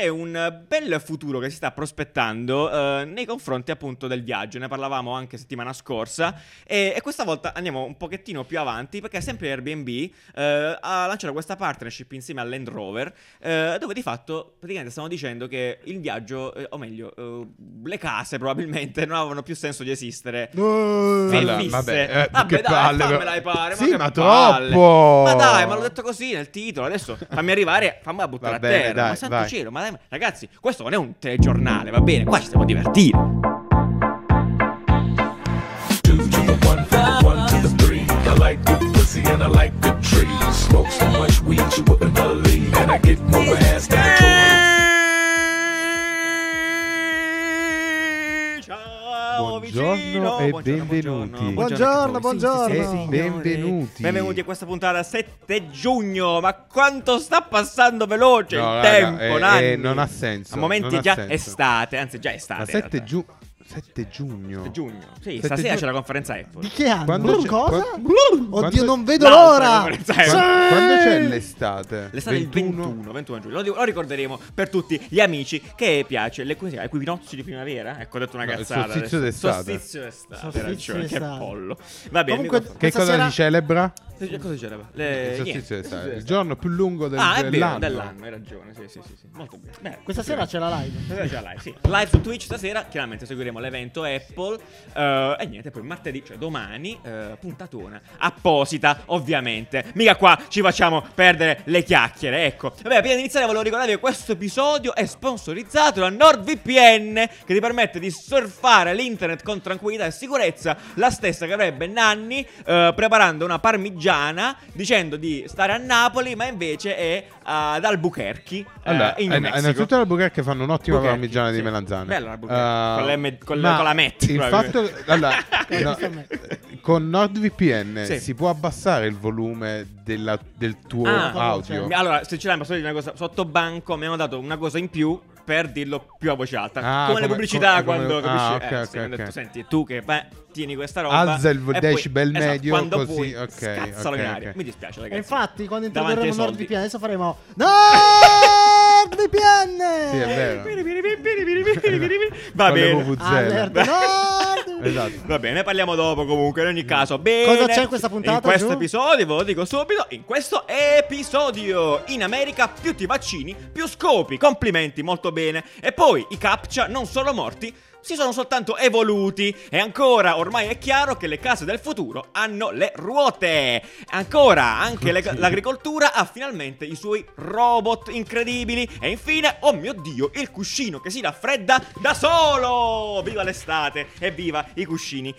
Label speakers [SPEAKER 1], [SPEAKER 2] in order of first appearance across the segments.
[SPEAKER 1] È un bel futuro che si sta prospettando eh, nei confronti appunto del viaggio, ne parlavamo anche settimana scorsa e, e questa volta andiamo un pochettino più avanti perché sempre Airbnb eh, ha lanciato questa partnership insieme al Land Rover eh, dove di fatto praticamente stanno dicendo che il viaggio, eh, o meglio eh, le case probabilmente non avevano più senso di esistere.
[SPEAKER 2] Allora,
[SPEAKER 1] Fevisse.
[SPEAKER 2] vabbè, eh,
[SPEAKER 1] vabbè,
[SPEAKER 2] che
[SPEAKER 1] dai,
[SPEAKER 2] palle,
[SPEAKER 1] fammela
[SPEAKER 2] però.
[SPEAKER 1] ai pare,
[SPEAKER 2] Sì,
[SPEAKER 1] che
[SPEAKER 2] ma
[SPEAKER 1] palle.
[SPEAKER 2] troppo.
[SPEAKER 1] Ma dai, ma l'ho detto così nel titolo. Adesso fammi arrivare, fammi buttare
[SPEAKER 2] Va
[SPEAKER 1] a
[SPEAKER 2] bene,
[SPEAKER 1] terra. ma
[SPEAKER 2] dai,
[SPEAKER 1] santo
[SPEAKER 2] vai.
[SPEAKER 1] cielo, ma dai, ma- ragazzi, questo non è un telegiornale, va bene? Qua ci stiamo a divertire.
[SPEAKER 3] Two to the one, from one to the three. I like good pussy and I like good trees. Smoke so much weed you wouldn't believe, and I get more ass than a toy.
[SPEAKER 1] Ciao,
[SPEAKER 2] Buongiorno
[SPEAKER 1] vicino.
[SPEAKER 2] e
[SPEAKER 1] Buongiorno,
[SPEAKER 2] benvenuti.
[SPEAKER 1] Buongiorno,
[SPEAKER 4] Buongiorno,
[SPEAKER 1] buongiorno. a tutti. Sì, sì,
[SPEAKER 4] buongiorno.
[SPEAKER 1] sì, signori.
[SPEAKER 2] Benvenuti.
[SPEAKER 1] Benvenuti a questa puntata 7 giugno. Ma quanto sta passando veloce
[SPEAKER 2] No,
[SPEAKER 1] il
[SPEAKER 2] raga,
[SPEAKER 1] tempo,
[SPEAKER 2] eh,
[SPEAKER 1] Nanni.
[SPEAKER 2] eh, non ha senso,
[SPEAKER 1] A momenti
[SPEAKER 2] non ha
[SPEAKER 1] già
[SPEAKER 2] senso.
[SPEAKER 1] estate, anzi già estate.
[SPEAKER 2] Ma
[SPEAKER 1] in
[SPEAKER 2] 7,
[SPEAKER 1] realtà.
[SPEAKER 2] giu- 7 giugno.
[SPEAKER 1] 7 giugno. Sì,
[SPEAKER 2] 7
[SPEAKER 1] stasera
[SPEAKER 2] giugno.
[SPEAKER 1] c'è la conferenza Apple.
[SPEAKER 4] Di che anno?
[SPEAKER 2] Quando c'è-
[SPEAKER 4] Cosa?
[SPEAKER 2] qua-
[SPEAKER 4] Oddio,
[SPEAKER 2] quando-
[SPEAKER 4] non vedo
[SPEAKER 1] L'altra
[SPEAKER 4] l'ora!
[SPEAKER 1] conferenza
[SPEAKER 2] Qua-
[SPEAKER 1] Apple.
[SPEAKER 2] Quando, c'è l'estate?
[SPEAKER 1] L'estate del 21, 21 giugno, lo, di- lo ricorderemo per tutti gli amici che piace le cose, ai quinozzi di primavera. Ecco, ho detto una
[SPEAKER 2] No, il
[SPEAKER 1] cazzata.
[SPEAKER 2] solstizio
[SPEAKER 1] adesso.
[SPEAKER 2] d'estate.
[SPEAKER 1] Solstizio d'estate,
[SPEAKER 4] Solstizio
[SPEAKER 1] hai ragione, che
[SPEAKER 4] d'estate.
[SPEAKER 1] pollo. Va bene,
[SPEAKER 4] Comunque-
[SPEAKER 1] mi
[SPEAKER 2] Che
[SPEAKER 4] Questa
[SPEAKER 2] cosa
[SPEAKER 4] sera-
[SPEAKER 2] si celebra?
[SPEAKER 1] conf- che cosa c'era?
[SPEAKER 2] il,
[SPEAKER 1] Le...
[SPEAKER 2] solstizio
[SPEAKER 1] niente,
[SPEAKER 2] d'estate,
[SPEAKER 1] solstizio
[SPEAKER 2] il giorno più lungo del,
[SPEAKER 1] Ah, è vero,
[SPEAKER 2] dell'anno.
[SPEAKER 1] dell'anno, hai ragione, sì, sì, sì, sì. molto bene. Beh,
[SPEAKER 4] Questa
[SPEAKER 1] sì.
[SPEAKER 4] sera c'è la live.
[SPEAKER 1] Stasera c'è la live, sì. Live su Twitch stasera, chiaramente seguiremo l'evento Apple. eh, e niente, poi martedì, cioè domani, eh, puntatona apposita, ovviamente. Mica qua ci facciamo perdere le chiacchiere, ecco. Vabbè, prima di iniziare volevo ricordarvi che questo episodio è sponsorizzato da NordVPN, che ti permette di surfare l'internet con tranquillità e sicurezza, la stessa che avrebbe Nanni eh, preparando una parmigiana dicendo di stare a Napoli, ma invece è eh, ad Albuquerque, eh,
[SPEAKER 2] Allora,
[SPEAKER 1] in
[SPEAKER 2] eh,
[SPEAKER 1] New Mexico.
[SPEAKER 2] innanzitutto le Albuquerque fanno un'ottima
[SPEAKER 1] Albuquerche,
[SPEAKER 2] parmigiana di
[SPEAKER 1] sì.
[SPEAKER 2] melanzane. Eh,
[SPEAKER 1] Bella l'Albuquerque, con le M- con le-
[SPEAKER 2] ma
[SPEAKER 1] con la Met,
[SPEAKER 2] Il
[SPEAKER 1] proprio.
[SPEAKER 2] fatto allora,
[SPEAKER 4] Con
[SPEAKER 2] no,
[SPEAKER 4] questa Met.
[SPEAKER 2] con NordVPN
[SPEAKER 1] Sì.
[SPEAKER 2] si può abbassare il volume della- del tuo
[SPEAKER 1] Ah.
[SPEAKER 2] audio.
[SPEAKER 1] Mi- Allora, sinceramente, posso dire una cosa sotto banco mi hanno dato una cosa in più per dirlo più a voce alta.
[SPEAKER 2] Ah,
[SPEAKER 1] come, le
[SPEAKER 2] come-
[SPEAKER 1] pubblicità
[SPEAKER 2] come-
[SPEAKER 1] quando
[SPEAKER 2] ah,
[SPEAKER 1] capisci.
[SPEAKER 2] ok,
[SPEAKER 1] eh, sì,
[SPEAKER 2] ok,
[SPEAKER 1] mi hanno detto,
[SPEAKER 2] ok.
[SPEAKER 1] senti, tu che beh, tieni questa roba.
[SPEAKER 2] Alza il
[SPEAKER 1] e poi-
[SPEAKER 2] decibel
[SPEAKER 1] esatto,
[SPEAKER 2] medio,
[SPEAKER 1] quando
[SPEAKER 2] così,
[SPEAKER 1] puoi,
[SPEAKER 2] ok,
[SPEAKER 1] scazzalo
[SPEAKER 2] ok,
[SPEAKER 1] in aria.
[SPEAKER 2] ok.
[SPEAKER 1] Mi dispiace, ragazzi.
[SPEAKER 4] E infatti, quando
[SPEAKER 1] Davanti ai
[SPEAKER 4] introdurremo
[SPEAKER 1] soldi.
[SPEAKER 4] NordVPN, adesso faremo NordVPN!
[SPEAKER 2] Sì, è vero.
[SPEAKER 1] Va
[SPEAKER 2] Con le
[SPEAKER 1] bene.
[SPEAKER 2] Vuvuzela.
[SPEAKER 4] Allerta Ah, Nord!
[SPEAKER 2] Esatto.
[SPEAKER 1] Va bene, ne parliamo dopo comunque, in ogni caso. Bene.
[SPEAKER 4] Mm. Cosa c'è in questa puntata,
[SPEAKER 1] In questo
[SPEAKER 4] Giù?
[SPEAKER 1] episodio, ve lo dico subito, in questo episodio in America più ti vaccini, più scopi. Complimenti, molto bene. E poi i captcha non sono morti, si sono soltanto evoluti e ancora ormai è chiaro che le case del futuro hanno le ruote. Ancora anche le- l'agricoltura ha finalmente i suoi robot incredibili e infine, oh mio Dio, il cuscino che si raffredda da solo! Viva l'estate e viva i cuscini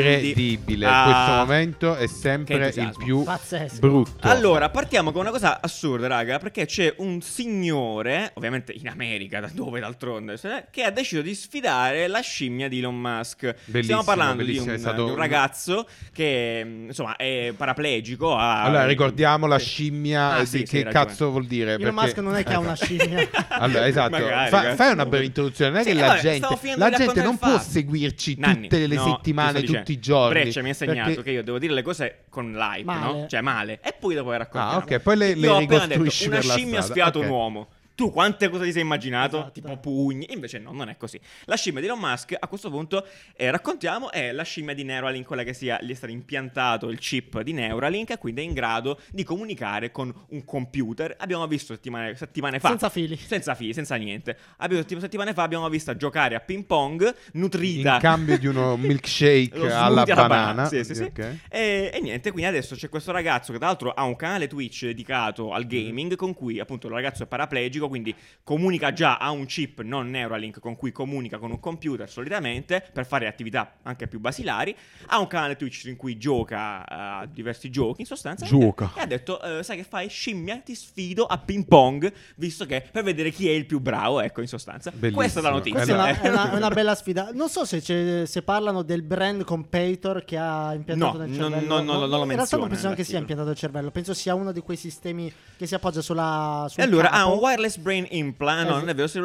[SPEAKER 2] Incredibile,
[SPEAKER 1] Caldi.
[SPEAKER 2] questo
[SPEAKER 1] Ah.
[SPEAKER 2] momento è sempre
[SPEAKER 1] che
[SPEAKER 2] il
[SPEAKER 1] entusiasmo.
[SPEAKER 2] più
[SPEAKER 4] Pazzesco.
[SPEAKER 2] brutto.
[SPEAKER 1] Allora, partiamo con una cosa assurda, raga, perché c'è un signore, ovviamente in America, da dove d'altronde, se- che ha deciso di sfidare la scimmia di Elon Musk. Stiamo
[SPEAKER 2] Bellissimo,
[SPEAKER 1] parlando di un,
[SPEAKER 2] bellissimo, è stato
[SPEAKER 1] di un
[SPEAKER 2] un-
[SPEAKER 1] ragazzo che, mh, insomma, è paraplegico. ha-
[SPEAKER 2] Allora, ricordiamo la
[SPEAKER 1] Sì.
[SPEAKER 2] scimmia
[SPEAKER 1] Ah,
[SPEAKER 2] eh,
[SPEAKER 1] sì,
[SPEAKER 2] di
[SPEAKER 1] sì, hai
[SPEAKER 2] che
[SPEAKER 1] ragione.
[SPEAKER 2] cazzo vuol dire. Ecco.
[SPEAKER 4] Elon Musk non è che ha una scimmia.
[SPEAKER 2] Allora, esatto.
[SPEAKER 1] Magari,
[SPEAKER 2] Fa-
[SPEAKER 1] cazzo.
[SPEAKER 2] fai una breve introduzione. Non è
[SPEAKER 1] Sì,
[SPEAKER 2] che
[SPEAKER 1] vabbè,
[SPEAKER 2] la
[SPEAKER 1] stavo
[SPEAKER 2] gente,
[SPEAKER 1] finendo
[SPEAKER 2] la
[SPEAKER 1] di
[SPEAKER 2] gente
[SPEAKER 1] raccontare
[SPEAKER 2] non
[SPEAKER 1] il
[SPEAKER 2] può
[SPEAKER 1] fatto.
[SPEAKER 2] seguirci
[SPEAKER 1] Nanni,
[SPEAKER 2] tutte le
[SPEAKER 1] no, ti
[SPEAKER 2] settimane,
[SPEAKER 1] sto
[SPEAKER 2] tutti i
[SPEAKER 1] dicendo.
[SPEAKER 2] giorni.
[SPEAKER 1] Breccia mi ha insegnato
[SPEAKER 2] perché-
[SPEAKER 1] che io devo dire le cose con l'hype, no?
[SPEAKER 4] Male.
[SPEAKER 1] Cioè male. E poi dopo le raccontiamo.
[SPEAKER 2] Ah, ok, poi le- le
[SPEAKER 1] Io ho appena detto,
[SPEAKER 2] ricostruisci
[SPEAKER 1] una
[SPEAKER 2] per la
[SPEAKER 1] scimmia ha
[SPEAKER 2] strada,
[SPEAKER 1] sfiato
[SPEAKER 2] ok.
[SPEAKER 1] un uomo. Tu quante cose ti sei immaginato?
[SPEAKER 4] Esatto.
[SPEAKER 1] Tipo pugni. Invece no, non è così. La scimmia di Elon Musk, a questo punto, eh, raccontiamo, è la scimmia di Neuralink, quella che sia, gli è stato impiantato il chip di Neuralink e quindi è in grado di comunicare con un computer. Abbiamo visto settimane, settimane fa.
[SPEAKER 4] Senza fili.
[SPEAKER 2] Eh,
[SPEAKER 1] Senza fili, senza niente. Abbiamo, tipo, settimane fa abbiamo visto giocare a ping pong, nutrita.
[SPEAKER 2] In cambio di uno milkshake
[SPEAKER 1] Lo smoothie
[SPEAKER 2] alla banana.
[SPEAKER 1] Sì, sì, sì.
[SPEAKER 2] Ok.
[SPEAKER 1] E, e niente, quindi adesso c'è questo ragazzo che tra l'altro ha un canale Twitch dedicato
[SPEAKER 2] Mm.
[SPEAKER 1] al gaming con cui appunto il ragazzo è paraplegico, quindi comunica già a un chip non Neuralink con cui comunica con un computer solitamente per fare attività anche più basilari. Ha un canale Twitch in cui gioca a diversi giochi in sostanza.
[SPEAKER 2] Gioca.
[SPEAKER 1] E ha detto, eh, sai che fai scimmia, ti sfido a ping pong, visto che per vedere chi è il più bravo, ecco in sostanza.
[SPEAKER 2] Bellissimo.
[SPEAKER 1] Questa è la notizia. Ecco.
[SPEAKER 4] Questa è
[SPEAKER 2] Allora-
[SPEAKER 4] una, è una- è una bella sfida. Non so se, c'è- se parlano del brand competitor che ha impiantato
[SPEAKER 1] No,
[SPEAKER 4] nel
[SPEAKER 1] non-
[SPEAKER 4] cervello.
[SPEAKER 1] non- non- non lo
[SPEAKER 4] In realtà
[SPEAKER 1] menziona
[SPEAKER 4] non penso neanche sia
[SPEAKER 1] nell'articolo.
[SPEAKER 4] impiantato il cervello. Penso sia uno di quei sistemi che si appoggia sulla.
[SPEAKER 1] E
[SPEAKER 4] sul
[SPEAKER 1] allora ha
[SPEAKER 4] capo.
[SPEAKER 1] un wireless brain implant. No,
[SPEAKER 4] Eh,
[SPEAKER 1] non è vero. Sì,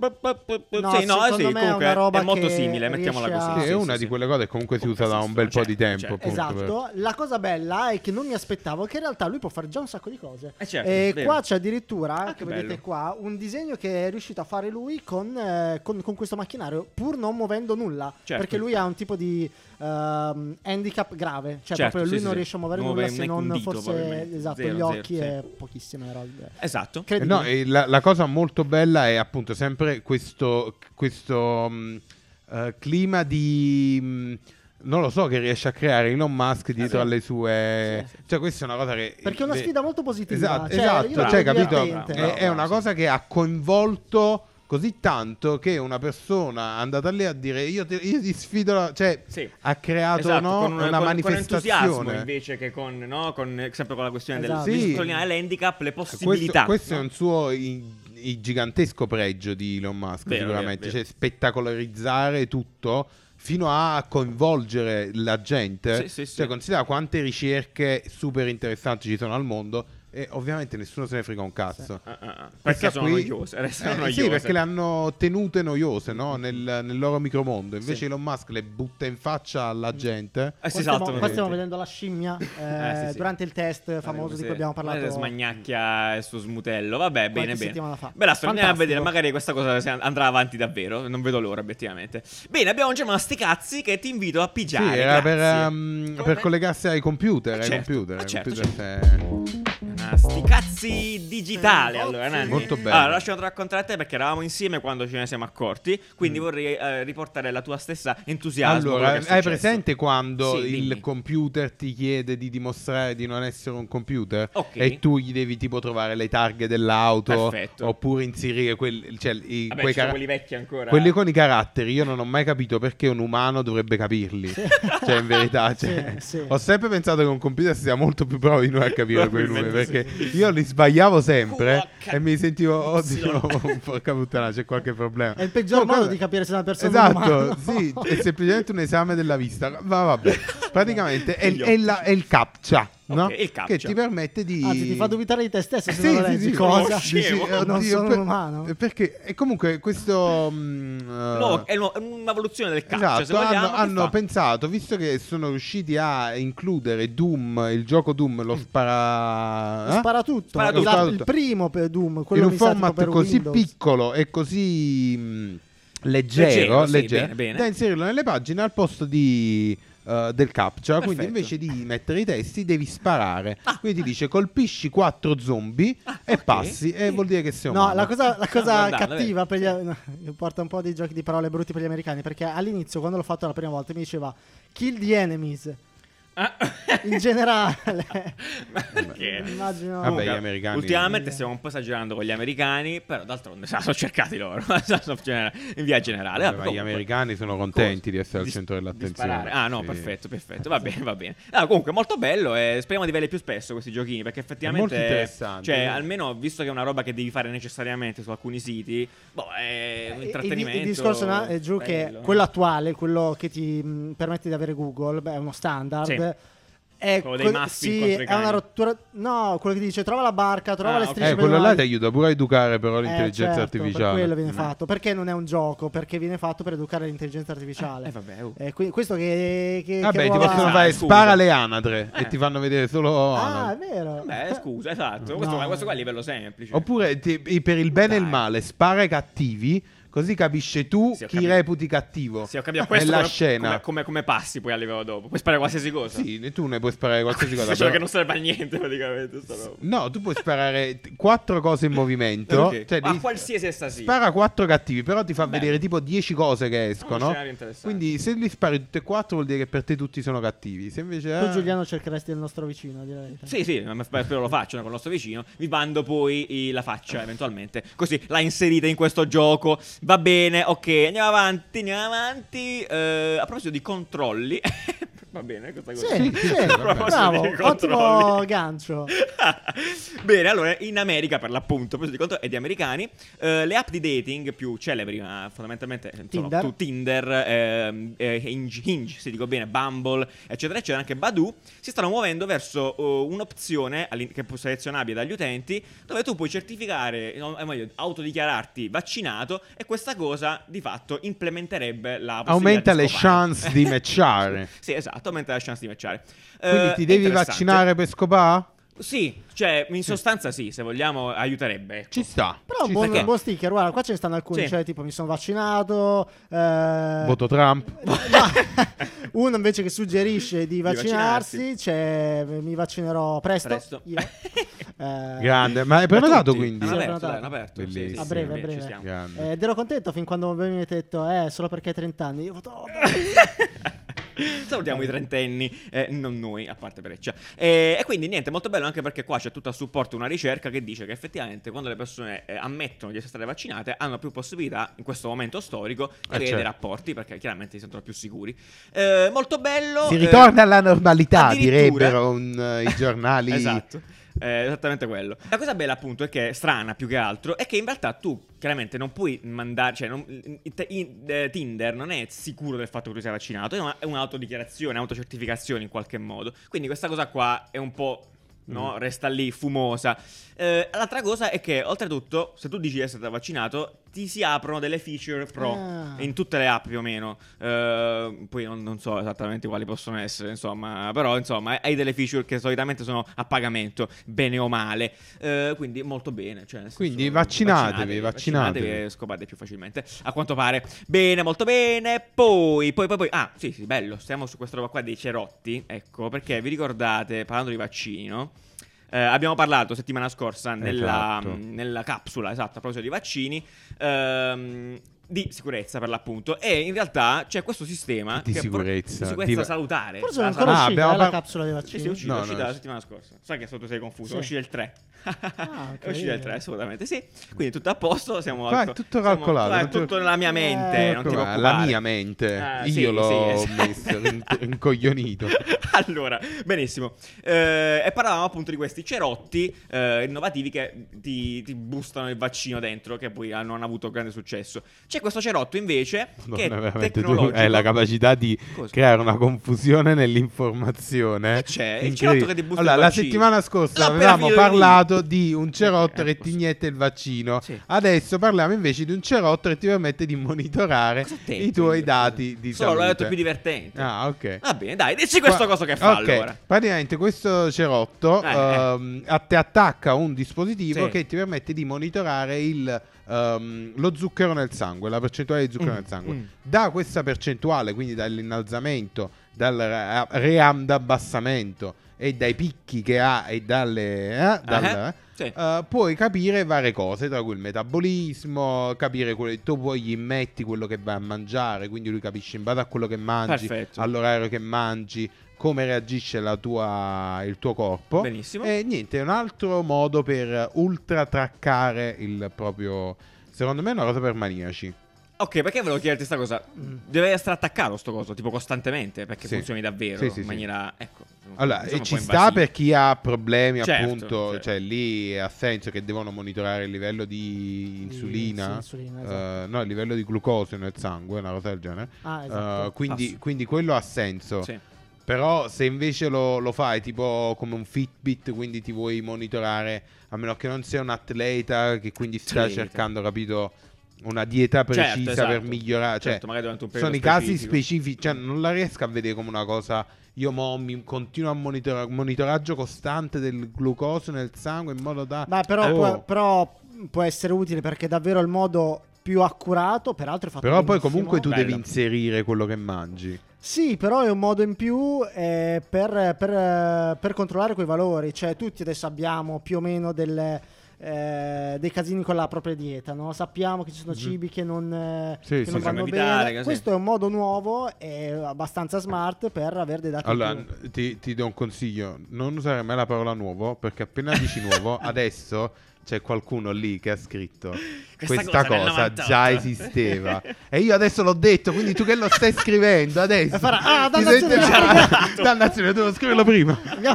[SPEAKER 4] No,
[SPEAKER 1] sì, no,
[SPEAKER 4] secondo
[SPEAKER 1] sì,
[SPEAKER 4] me è
[SPEAKER 1] comunque
[SPEAKER 4] una roba
[SPEAKER 1] è molto
[SPEAKER 4] che
[SPEAKER 1] simile, mettiamola
[SPEAKER 4] riesce
[SPEAKER 1] così.
[SPEAKER 2] Sì,
[SPEAKER 4] a-
[SPEAKER 1] Ah, Sì,
[SPEAKER 2] è
[SPEAKER 1] sì,
[SPEAKER 2] una
[SPEAKER 1] sì.
[SPEAKER 2] di quelle cose che comunque si usa da un bel
[SPEAKER 1] Certo,
[SPEAKER 2] po' di tempo.
[SPEAKER 1] certo.
[SPEAKER 2] appunto, per-
[SPEAKER 4] Esatto, la cosa bella è che non mi aspettavo che in realtà lui può fare già un sacco di cose.
[SPEAKER 1] Eh, certo,
[SPEAKER 4] e
[SPEAKER 1] vero.
[SPEAKER 4] qua c'è addirittura,
[SPEAKER 1] Ah, che
[SPEAKER 4] che vedete
[SPEAKER 1] bello.
[SPEAKER 4] qua, un disegno che è riuscito a fare lui con, eh, con- con questo macchinario, pur non muovendo nulla,
[SPEAKER 1] Certo.
[SPEAKER 4] perché lui ha un tipo di ehm, handicap grave, cioè
[SPEAKER 1] Certo,
[SPEAKER 4] proprio lui
[SPEAKER 1] sì,
[SPEAKER 4] non
[SPEAKER 1] sì,
[SPEAKER 4] riesce a muovere
[SPEAKER 1] muove
[SPEAKER 4] nulla se
[SPEAKER 1] neanche un
[SPEAKER 4] non
[SPEAKER 1] dito,
[SPEAKER 4] forse
[SPEAKER 1] probabilmente.
[SPEAKER 4] esatto,
[SPEAKER 1] Zero,
[SPEAKER 4] gli
[SPEAKER 1] zero,
[SPEAKER 4] occhi
[SPEAKER 1] sì.
[SPEAKER 4] e pochissime robe.
[SPEAKER 1] Esatto.
[SPEAKER 2] Eh
[SPEAKER 4] Credibile.
[SPEAKER 2] No, e la, la cosa molto bella è appunto sempre questo, questo mh, eh, clima di... mh, non lo so che riesce a creare Elon
[SPEAKER 4] Eh,
[SPEAKER 2] Musk dietro
[SPEAKER 1] sì.
[SPEAKER 2] alle sue...
[SPEAKER 1] Sì, sì.
[SPEAKER 2] Cioè questa è una cosa che...
[SPEAKER 4] Perché è una
[SPEAKER 2] beh,
[SPEAKER 4] sfida molto positiva.
[SPEAKER 2] Esatto,
[SPEAKER 4] cioè,
[SPEAKER 2] esatto,
[SPEAKER 4] io la
[SPEAKER 2] cioè,
[SPEAKER 4] trovo
[SPEAKER 2] capito?
[SPEAKER 4] divertente.
[SPEAKER 2] è,
[SPEAKER 1] Bravo,
[SPEAKER 2] è una
[SPEAKER 1] bravo,
[SPEAKER 2] cosa che ha coinvolto così tanto che una persona è andata lì a dire io, ti- io ti sfido, la-", cioè
[SPEAKER 1] Sì.
[SPEAKER 2] ha creato
[SPEAKER 1] Esatto,
[SPEAKER 2] no,
[SPEAKER 1] con
[SPEAKER 2] una
[SPEAKER 1] con- Con entusiasmo
[SPEAKER 2] manifestazione.
[SPEAKER 1] invece che con, no, con sempre con la questione
[SPEAKER 4] Esatto.
[SPEAKER 1] del
[SPEAKER 2] Sì. Eh,
[SPEAKER 1] di sottolineare l'handicap, le
[SPEAKER 2] questo,
[SPEAKER 1] possibilità.
[SPEAKER 2] questo è
[SPEAKER 1] no?
[SPEAKER 2] un suo i- i- gigantesco pregio di Elon Musk
[SPEAKER 1] Vero,
[SPEAKER 2] sicuramente
[SPEAKER 1] vero, vero.
[SPEAKER 2] cioè spettacolarizzare tutto fino a coinvolgere la gente
[SPEAKER 1] Sì, sì, sì.
[SPEAKER 2] cioè considera quante ricerche super interessanti ci sono al mondo e ovviamente nessuno se ne frega un cazzo
[SPEAKER 1] Ah, ah, ah.
[SPEAKER 2] Questa
[SPEAKER 1] Perché sono
[SPEAKER 2] qui-
[SPEAKER 1] noiose, restano
[SPEAKER 2] Eh,
[SPEAKER 1] noiose. Mm-hmm.
[SPEAKER 2] Sì, perché le hanno tenute noiose no? nel, nel loro micromondo. Invece
[SPEAKER 1] Sì.
[SPEAKER 2] Elon Musk le butta in faccia alla
[SPEAKER 1] Eh,
[SPEAKER 2] gente.
[SPEAKER 1] sì,
[SPEAKER 4] Qua
[SPEAKER 1] esatto,
[SPEAKER 4] stiamo, qua
[SPEAKER 1] veramente.
[SPEAKER 4] stiamo vedendo la scimmia eh,
[SPEAKER 1] Eh, sì, sì.
[SPEAKER 4] durante il test famoso di cui abbiamo parlato. Mm.
[SPEAKER 1] Eh, Smagnacchia e il suo smutello. Vabbè, bene, bene.
[SPEAKER 4] settimana fa.
[SPEAKER 1] Beh, la sto andiamo a
[SPEAKER 4] Fantastico.
[SPEAKER 1] vedere. Magari questa cosa se- andrà avanti davvero. Non vedo l'ora, obiettivamente. Bene, abbiamo già sti cazzi che ti invito a pigiare.
[SPEAKER 2] sì, era per,
[SPEAKER 1] grazie.
[SPEAKER 2] ehm,
[SPEAKER 1] Come?
[SPEAKER 2] per collegarsi ai computer.
[SPEAKER 1] Eh,
[SPEAKER 2] ai
[SPEAKER 1] certo,
[SPEAKER 2] computer,
[SPEAKER 1] eh,
[SPEAKER 2] ai
[SPEAKER 1] certo,
[SPEAKER 2] computer, se-
[SPEAKER 1] Ah, sti cazzi digitali
[SPEAKER 4] Mm.
[SPEAKER 1] allora Nanni.
[SPEAKER 2] Molto bello.
[SPEAKER 1] Allora lasciamo raccontare a te perché eravamo insieme quando ce ne siamo accorti Quindi vorrei eh, riportare la tua stessa entusiasmo
[SPEAKER 2] Mm.
[SPEAKER 1] quello
[SPEAKER 2] Allora,
[SPEAKER 1] che è
[SPEAKER 2] hai
[SPEAKER 1] successo.
[SPEAKER 2] presente quando
[SPEAKER 1] Sì,
[SPEAKER 2] il
[SPEAKER 1] dimmi.
[SPEAKER 2] computer ti chiede di dimostrare di non essere un computer?
[SPEAKER 1] Ok.
[SPEAKER 2] E tu gli devi tipo trovare le targhe dell'auto
[SPEAKER 1] Perfetto.
[SPEAKER 2] oppure inserire quelli, cioè, i-
[SPEAKER 1] Vabbè,
[SPEAKER 2] quei
[SPEAKER 1] ci sono
[SPEAKER 2] cara-
[SPEAKER 1] quelli vecchi ancora
[SPEAKER 2] Quelli con i caratteri, io non ho mai capito perché un umano dovrebbe capirli. cioè, in verità, cioè,
[SPEAKER 4] Sì, sì.
[SPEAKER 2] ho sempre pensato che un computer sia molto più bravo di noi a capire quei numeri.
[SPEAKER 1] Probabilmente
[SPEAKER 2] Perché io li sbagliavo sempre
[SPEAKER 1] QH
[SPEAKER 2] e mi sentivo,
[SPEAKER 1] Y.
[SPEAKER 2] oddio, porca puttana, c'è qualche problema.
[SPEAKER 4] È il peggior
[SPEAKER 2] No,
[SPEAKER 4] modo
[SPEAKER 2] guarda-
[SPEAKER 4] di capire se una persona è un
[SPEAKER 2] Esatto,
[SPEAKER 4] umano.
[SPEAKER 2] sì, è semplicemente un esame della vista. Ma vabbè, praticamente è,
[SPEAKER 1] Gli
[SPEAKER 2] è la- è il captcha, no?
[SPEAKER 1] Ok, il captcha.
[SPEAKER 2] che ti permette di.
[SPEAKER 4] Anzi, Ah, ti fa dubitare di te stesso se
[SPEAKER 2] Sì,
[SPEAKER 4] non lo
[SPEAKER 2] sì,
[SPEAKER 4] leggi.
[SPEAKER 2] sì. Oh,
[SPEAKER 4] cosa? eh,
[SPEAKER 1] Conosci- Oh, scemo.
[SPEAKER 2] Dici,
[SPEAKER 4] Non sono
[SPEAKER 2] per-
[SPEAKER 4] un
[SPEAKER 2] Eh?
[SPEAKER 4] umano.
[SPEAKER 2] Perché, e comunque, questo. mm, eh,
[SPEAKER 1] No, è, nu- è un'evoluzione del calcio se
[SPEAKER 2] Esatto,
[SPEAKER 1] vogliamo,
[SPEAKER 2] hanno,
[SPEAKER 1] che
[SPEAKER 2] hanno
[SPEAKER 1] fa?
[SPEAKER 2] pensato, visto che sono riusciti a includere Doom, il gioco Doom, lo spara... eh?
[SPEAKER 4] Spara tutto.
[SPEAKER 1] Spara
[SPEAKER 4] Il-
[SPEAKER 2] tutto.
[SPEAKER 4] Il primo per Doom,
[SPEAKER 2] in
[SPEAKER 4] quello
[SPEAKER 2] un
[SPEAKER 4] mi sa tipo
[SPEAKER 2] format
[SPEAKER 4] per
[SPEAKER 2] così
[SPEAKER 4] Windows.
[SPEAKER 2] piccolo e così mh, leggero,
[SPEAKER 1] Leggero, sì,
[SPEAKER 2] leggero,
[SPEAKER 1] bene, bene.
[SPEAKER 2] da inserirlo nelle pagine al posto di, eh, del captcha.
[SPEAKER 1] Perfetto. Ah.
[SPEAKER 2] Quindi invece di mettere i testi devi sparare. Quindi dice colpisci quattro zombie e
[SPEAKER 1] ok.
[SPEAKER 2] passi e vuol dire che sei un
[SPEAKER 4] No, la cosa, la cosa
[SPEAKER 1] guardate,
[SPEAKER 4] cattiva per gli, no, io porto un po' di giochi di parole brutti per gli americani perché all'inizio, quando l'ho fatto la prima volta, mi diceva kill the enemies.
[SPEAKER 1] Ah.
[SPEAKER 4] In generale,
[SPEAKER 1] Ma perché?
[SPEAKER 4] immagino.
[SPEAKER 2] Vabbè,
[SPEAKER 1] Comunque,
[SPEAKER 2] gli americani-
[SPEAKER 1] Ultimamente stiamo un po' esagerando con gli americani, però d'altronde se la sono cercati loro, se la sono genera- in via generale. Vabbè,
[SPEAKER 2] ma gli
[SPEAKER 1] comunque.
[SPEAKER 2] americani sono
[SPEAKER 1] Cosa?
[SPEAKER 2] contenti di essere al
[SPEAKER 1] Di-
[SPEAKER 2] centro
[SPEAKER 1] di
[SPEAKER 2] dell'attenzione.
[SPEAKER 1] sparare. Ah, no,
[SPEAKER 2] Sì.
[SPEAKER 1] perfetto, perfetto. Va bene, va bene. Ah, comunque, molto bello. E speriamo di vederli più spesso questi giochini. Perché effettivamente.
[SPEAKER 2] Molto interessante,
[SPEAKER 1] Cioè,
[SPEAKER 2] sì.
[SPEAKER 1] almeno visto che è una roba che devi fare necessariamente su alcuni siti, boh, è un
[SPEAKER 4] Eh,
[SPEAKER 1] intrattenimento.
[SPEAKER 4] Il, il discorso na- è giù che
[SPEAKER 1] bello.
[SPEAKER 4] quello attuale, quello che ti mh, permette di avere Google, beh, è uno standard.
[SPEAKER 1] Sì.
[SPEAKER 4] È,
[SPEAKER 1] Quello dei maschi
[SPEAKER 4] sì,
[SPEAKER 1] incontro i
[SPEAKER 4] è una
[SPEAKER 1] cani.
[SPEAKER 4] rottura. No, quello che ti dice trova la barca, trova
[SPEAKER 1] Ah,
[SPEAKER 4] le
[SPEAKER 1] ok.
[SPEAKER 4] strisce.
[SPEAKER 2] Eh, quello là ti
[SPEAKER 4] pedonali".
[SPEAKER 2] aiuta pure a educare però
[SPEAKER 4] Eh,
[SPEAKER 2] l'intelligenza
[SPEAKER 4] certo, Per
[SPEAKER 2] artificiale.
[SPEAKER 4] quello viene
[SPEAKER 2] Mm.
[SPEAKER 4] fatto. Perché non è un gioco? Perché viene fatto per educare l'intelligenza artificiale.
[SPEAKER 1] Eh, vabbè, oh.
[SPEAKER 4] Eh, qui- questo che. che che
[SPEAKER 2] Vabbè, ti
[SPEAKER 4] nuova-
[SPEAKER 2] possono
[SPEAKER 1] Ah,
[SPEAKER 2] fare
[SPEAKER 1] scusa.
[SPEAKER 2] spara le anatre
[SPEAKER 1] Eh.
[SPEAKER 2] e ti fanno vedere solo
[SPEAKER 4] Ah,
[SPEAKER 2] anatre.
[SPEAKER 4] è vero.
[SPEAKER 1] Beh, scusa, esatto. Questo,
[SPEAKER 4] No.
[SPEAKER 1] questo qua è a livello semplice.
[SPEAKER 2] Oppure ti- i- per il bene e il
[SPEAKER 1] Dai.
[SPEAKER 2] male, spara i cattivi, così capisce tu
[SPEAKER 1] Sì, ho
[SPEAKER 2] chi
[SPEAKER 1] capito.
[SPEAKER 2] reputi cattivo.
[SPEAKER 1] Sì, ho capito. Questo
[SPEAKER 2] nella
[SPEAKER 1] come,
[SPEAKER 2] Eh, scena.
[SPEAKER 1] Come, come- come passi poi a livello dopo? Puoi sparare qualsiasi cosa.
[SPEAKER 2] Sì, ne- tu ne puoi sparare qualsiasi cosa.
[SPEAKER 1] Solo
[SPEAKER 2] però-
[SPEAKER 1] che non serve a niente, praticamente. Sta roba.
[SPEAKER 2] No, tu puoi sparare t- quattro cose in movimento.
[SPEAKER 1] Ok.
[SPEAKER 2] Cioè,
[SPEAKER 1] Ma
[SPEAKER 2] devi-
[SPEAKER 1] qualsiasi è sta sì.
[SPEAKER 2] Spara quattro cattivi, però ti fa
[SPEAKER 1] Beh.
[SPEAKER 2] vedere tipo dieci cose che
[SPEAKER 1] Uno
[SPEAKER 2] escono.
[SPEAKER 1] scenario interessante.
[SPEAKER 2] Quindi se li spari tutti e quattro vuol dire che per te tutti sono cattivi. Se invece...
[SPEAKER 4] Tu,
[SPEAKER 2] ah,
[SPEAKER 4] Giuliano, cercheresti il nostro vicino, direi.
[SPEAKER 1] Sì, sì, ma sp- spero lo facciano con il nostro vicino. Vi bando poi i- la faccia eventualmente. Così la inserite in questo gioco. Va bene, ok, andiamo avanti, andiamo avanti. Eh, a proposito di controlli. Va bene, questa cosa.
[SPEAKER 4] Sì, sì,
[SPEAKER 2] sì, vabbè.
[SPEAKER 4] bravo,
[SPEAKER 1] Dei
[SPEAKER 4] ottimo
[SPEAKER 1] controlli.
[SPEAKER 4] gancio.
[SPEAKER 1] Bene, allora in America per l'appunto, questo di conto è di americani, eh, le app di dating più celebri, ma fondamentalmente eh, sono
[SPEAKER 4] Tinder.
[SPEAKER 1] tu- Tinder, ehm, eh, Hinge, Hinge, se dico bene, Bumble, eccetera, eccetera, anche Badoo, si stanno muovendo verso oh, un'opzione all'in- che è selezionabile dagli utenti, dove tu puoi certificare, no, è meglio, autodichiararti vaccinato e questa cosa di fatto implementerebbe la possibilità
[SPEAKER 2] Aumenta
[SPEAKER 1] di
[SPEAKER 2] le
[SPEAKER 1] scopare.
[SPEAKER 2] chance di matchare.
[SPEAKER 1] sì, esatto, aumenta la chance di matchare.
[SPEAKER 2] Quindi
[SPEAKER 1] Eh,
[SPEAKER 2] ti devi
[SPEAKER 1] interessante.
[SPEAKER 2] vaccinare per scopare?
[SPEAKER 1] Sì, cioè, in sostanza sì, se vogliamo aiuterebbe. ecco.
[SPEAKER 2] Ci sta.
[SPEAKER 4] Però
[SPEAKER 2] Ci
[SPEAKER 4] un
[SPEAKER 2] sta.
[SPEAKER 4] buon,
[SPEAKER 1] perché-
[SPEAKER 4] un buon sticker, guarda, qua ce ne stanno alcuni,
[SPEAKER 1] Sì.
[SPEAKER 4] cioè tipo mi sono vaccinato, eh,
[SPEAKER 2] Voto Trump.
[SPEAKER 4] uno invece che suggerisce di
[SPEAKER 1] vaccinarsi.
[SPEAKER 4] vaccinarsi, c'è mi vaccinerò presto.
[SPEAKER 1] Presto.
[SPEAKER 4] io. Eh,
[SPEAKER 2] Grande. Ma è prenotato quindi?
[SPEAKER 1] Hanno
[SPEAKER 4] Sì,
[SPEAKER 1] aperto,
[SPEAKER 4] prenotato.
[SPEAKER 1] dai, hanno aperto. Sì, sì,
[SPEAKER 2] Bellissimo.
[SPEAKER 1] sì,
[SPEAKER 4] A breve,
[SPEAKER 1] sì,
[SPEAKER 4] a
[SPEAKER 1] ci
[SPEAKER 4] breve.
[SPEAKER 1] siamo.
[SPEAKER 2] Grande.
[SPEAKER 4] eh, Ed ero contento fin quando mi avete detto, eh, solo perché hai 30 anni. Io ho fatto, oh,
[SPEAKER 1] Salutiamo i trentenni, eh, non noi, a parte Breccia. Eh, e quindi niente, molto bello anche perché qua c'è tutta a supporto una ricerca che dice che effettivamente quando le persone eh, ammettono di essere state vaccinate hanno più possibilità in questo momento storico di avere
[SPEAKER 2] certo.
[SPEAKER 1] dei rapporti perché chiaramente si sentono più sicuri. Eh, molto bello.
[SPEAKER 2] Si
[SPEAKER 1] eh,
[SPEAKER 2] ritorna alla normalità,
[SPEAKER 1] addirittura-
[SPEAKER 2] direbbero un, eh, i giornali.
[SPEAKER 1] Esatto. Eh, esattamente quello. La cosa bella, appunto, è che strana più che altro, è che in realtà tu chiaramente non puoi mandare, cioè, non- in- in- eh, Tinder non è sicuro del fatto che tu sia vaccinato, è, una- è un'autodichiarazione, autocertificazione in qualche modo. Quindi questa cosa qua è un po'. No, resta lì fumosa. Eh, l'altra cosa è che, oltretutto, se tu dici di essere stato vaccinato, ti si aprono delle feature pro
[SPEAKER 4] Ah.
[SPEAKER 1] in tutte le app più o meno. Eh, poi non, non so esattamente quali possono essere, insomma, però insomma, hai delle feature che solitamente sono a pagamento, bene o male. Eh, quindi molto bene. Cioè, nel senso,
[SPEAKER 2] Quindi vaccinatevi, vaccinatevi.
[SPEAKER 1] e scopate più facilmente, a quanto pare. Bene, molto bene. Poi, poi, poi, poi. Ah, sì, sì, bello. Stiamo su questa roba qua dei cerotti. Ecco, perché vi ricordate, parlando di vaccini, no? Eh, abbiamo parlato settimana scorsa nella,
[SPEAKER 2] Esatto.
[SPEAKER 1] nella capsula, esatto, a proposito di vaccini, ehm, di sicurezza per l'appunto. E in realtà c'è questo sistema
[SPEAKER 2] Di
[SPEAKER 1] che pro-
[SPEAKER 2] sicurezza,
[SPEAKER 1] di
[SPEAKER 2] di-
[SPEAKER 1] sicurezza salutare.
[SPEAKER 4] forse non è
[SPEAKER 1] Ah,
[SPEAKER 4] ancora
[SPEAKER 2] Ah,
[SPEAKER 1] salutare.
[SPEAKER 4] uscita
[SPEAKER 2] abbiamo
[SPEAKER 4] eh, la
[SPEAKER 2] par-
[SPEAKER 4] capsula dei
[SPEAKER 1] Ah, Sì, sì, è
[SPEAKER 4] vaccini.
[SPEAKER 1] uscito,
[SPEAKER 2] No,
[SPEAKER 1] è uscita
[SPEAKER 2] no,
[SPEAKER 1] la
[SPEAKER 2] sì.
[SPEAKER 1] settimana scorsa. Sai che sotto sei confuso,
[SPEAKER 4] Sì.
[SPEAKER 1] è uscito il 3.
[SPEAKER 4] ok.
[SPEAKER 1] è uscito il 3, assolutamente sì. Quindi tutto a posto, siamo
[SPEAKER 2] Qua è
[SPEAKER 1] al-
[SPEAKER 2] tutto
[SPEAKER 1] siamo-
[SPEAKER 2] calcolato,
[SPEAKER 1] qua è
[SPEAKER 2] tutto-
[SPEAKER 1] tutto nella mia mente,
[SPEAKER 4] Eh,
[SPEAKER 1] non ti
[SPEAKER 2] Ecco,
[SPEAKER 1] preoccupare.
[SPEAKER 2] la mia mente.
[SPEAKER 1] Ah,
[SPEAKER 2] Io
[SPEAKER 1] sì,
[SPEAKER 2] l'ho
[SPEAKER 1] sì,
[SPEAKER 2] messo
[SPEAKER 1] esatto.
[SPEAKER 2] in- incoglionito.
[SPEAKER 1] allora, benissimo. Eh, e parlavamo appunto di questi cerotti eh, innovativi che ti, ti bustano il vaccino dentro, che poi hanno- hanno avuto grande successo. C'è questo cerotto invece che
[SPEAKER 2] Madonna,
[SPEAKER 1] è
[SPEAKER 2] veramente tu
[SPEAKER 1] tecnologico.
[SPEAKER 2] hai la capacità di
[SPEAKER 1] Cosa?
[SPEAKER 2] creare una confusione nell'informazione.
[SPEAKER 1] C'è il
[SPEAKER 2] Incredibile.
[SPEAKER 1] cerotto che ti busta il
[SPEAKER 2] Allora, la
[SPEAKER 1] vaccino.
[SPEAKER 2] settimana scorsa
[SPEAKER 1] L'ho appena
[SPEAKER 2] avevamo
[SPEAKER 1] finito di
[SPEAKER 2] parlato di un cerotto
[SPEAKER 1] Eh,
[SPEAKER 2] che ti inietta il vaccino.
[SPEAKER 1] Sì.
[SPEAKER 2] Adesso parliamo invece di un cerotto che ti permette di monitorare
[SPEAKER 1] Cosa te-
[SPEAKER 2] i tuoi dati di
[SPEAKER 1] Solo l'ho
[SPEAKER 2] salute.
[SPEAKER 1] detto più divertente.
[SPEAKER 2] Ah, ok.
[SPEAKER 1] Va bene, dai, dici questo
[SPEAKER 2] Qua-
[SPEAKER 1] cosa che fa
[SPEAKER 2] ok,
[SPEAKER 1] allora.
[SPEAKER 2] Praticamente questo cerotto
[SPEAKER 1] Eh,
[SPEAKER 2] ehm, a te attacca un dispositivo
[SPEAKER 1] Sì.
[SPEAKER 2] che ti permette di monitorare il, ehm, lo zucchero nel sangue, la percentuale di zucchero
[SPEAKER 1] Mm,
[SPEAKER 2] nel sangue.
[SPEAKER 1] mm.
[SPEAKER 2] Da questa percentuale, quindi dall'innalzamento, dal ra- reandabassamento e dai picchi che ha e dalle... eh, dal-
[SPEAKER 1] Ah, sì.
[SPEAKER 2] eh, puoi capire varie cose, tra cui il metabolismo, capire quello che tu poi gli metti quello che vai a mangiare, quindi lui capisce in base a quello che mangi,
[SPEAKER 1] Perfetto.
[SPEAKER 2] all'orario che mangi, come reagisce la tua- il tuo corpo.
[SPEAKER 1] Benissimo.
[SPEAKER 2] E niente, è un altro modo per ultra traccare il proprio... Secondo me è una cosa per maniaci.
[SPEAKER 1] Ok, perché volevo chiederti questa cosa? Deve essere attaccato sto coso, tipo costantemente, perché
[SPEAKER 2] Sì.
[SPEAKER 1] funzioni davvero
[SPEAKER 2] Sì, sì,
[SPEAKER 1] in
[SPEAKER 2] sì.
[SPEAKER 1] maniera... Ecco,
[SPEAKER 2] Allora,
[SPEAKER 1] insomma,
[SPEAKER 2] e
[SPEAKER 1] un
[SPEAKER 2] ci
[SPEAKER 1] po'
[SPEAKER 2] sta
[SPEAKER 1] invasiva.
[SPEAKER 2] per chi ha problemi,
[SPEAKER 1] Certo,
[SPEAKER 2] appunto,
[SPEAKER 1] certo.
[SPEAKER 2] cioè lì ha senso che devono monitorare il livello di
[SPEAKER 4] Di-
[SPEAKER 2] insulina,
[SPEAKER 4] sì, insulina,
[SPEAKER 2] eh,
[SPEAKER 4] esatto.
[SPEAKER 2] no, il livello di glucosio nel sangue, una cosa del genere.
[SPEAKER 4] Ah,
[SPEAKER 2] Eh,
[SPEAKER 4] esatto.
[SPEAKER 2] quindi,
[SPEAKER 1] Passo.
[SPEAKER 2] quindi quello ha senso.
[SPEAKER 1] Sì.
[SPEAKER 2] Però se invece lo, lo fai tipo come un Fitbit, quindi ti vuoi monitorare, a meno che non sei un atleta che quindi sta
[SPEAKER 1] Atleta.
[SPEAKER 2] cercando, capito, una dieta precisa
[SPEAKER 1] Certo, esatto.
[SPEAKER 2] per migliorare. Cioè,
[SPEAKER 1] Certo, magari durante un
[SPEAKER 2] sono
[SPEAKER 1] periodo
[SPEAKER 2] i casi
[SPEAKER 1] specifico.
[SPEAKER 2] specifici, cioè non la riesco a vedere come una cosa... Io mo mi continuo a monitorare monitoraggio costante del glucosio nel sangue in modo da...
[SPEAKER 4] Beh, però,
[SPEAKER 2] Oh.
[SPEAKER 4] può, però può essere utile perché è davvero il modo più accurato, peraltro è fatto
[SPEAKER 2] Però poi
[SPEAKER 4] benissimo.
[SPEAKER 2] comunque tu devi
[SPEAKER 1] Bello.
[SPEAKER 2] inserire quello che mangi.
[SPEAKER 4] Sì, però è un modo in più eh, per, per, eh, per controllare quei valori. Cioè, tutti adesso abbiamo più o meno delle, eh, dei casini con la propria dieta, no? Sappiamo che ci sono cibi che non, eh,
[SPEAKER 2] Mhm. Sì,
[SPEAKER 4] che
[SPEAKER 2] sì,
[SPEAKER 4] non
[SPEAKER 2] sì.
[SPEAKER 4] vanno
[SPEAKER 1] Evitare,
[SPEAKER 4] bene.
[SPEAKER 1] così.
[SPEAKER 4] Questo è un modo nuovo e abbastanza smart per avere dei dati in
[SPEAKER 2] Allora,
[SPEAKER 4] più.
[SPEAKER 2] ti, ti do un consiglio: non usare mai la parola nuovo, perché appena dici nuovo, adesso c'è qualcuno lì che ha scritto
[SPEAKER 1] Questa
[SPEAKER 2] questa,
[SPEAKER 1] cosa nel
[SPEAKER 2] cosa,
[SPEAKER 1] 98.
[SPEAKER 2] già esisteva. e io adesso l'ho detto, quindi tu che lo stai scrivendo adesso?
[SPEAKER 4] E farà, ah,
[SPEAKER 2] ti
[SPEAKER 4] dannazione,
[SPEAKER 2] senti-
[SPEAKER 4] mi ha fregato!
[SPEAKER 2] dannazione, devo scriverlo prima.
[SPEAKER 4] Mi ha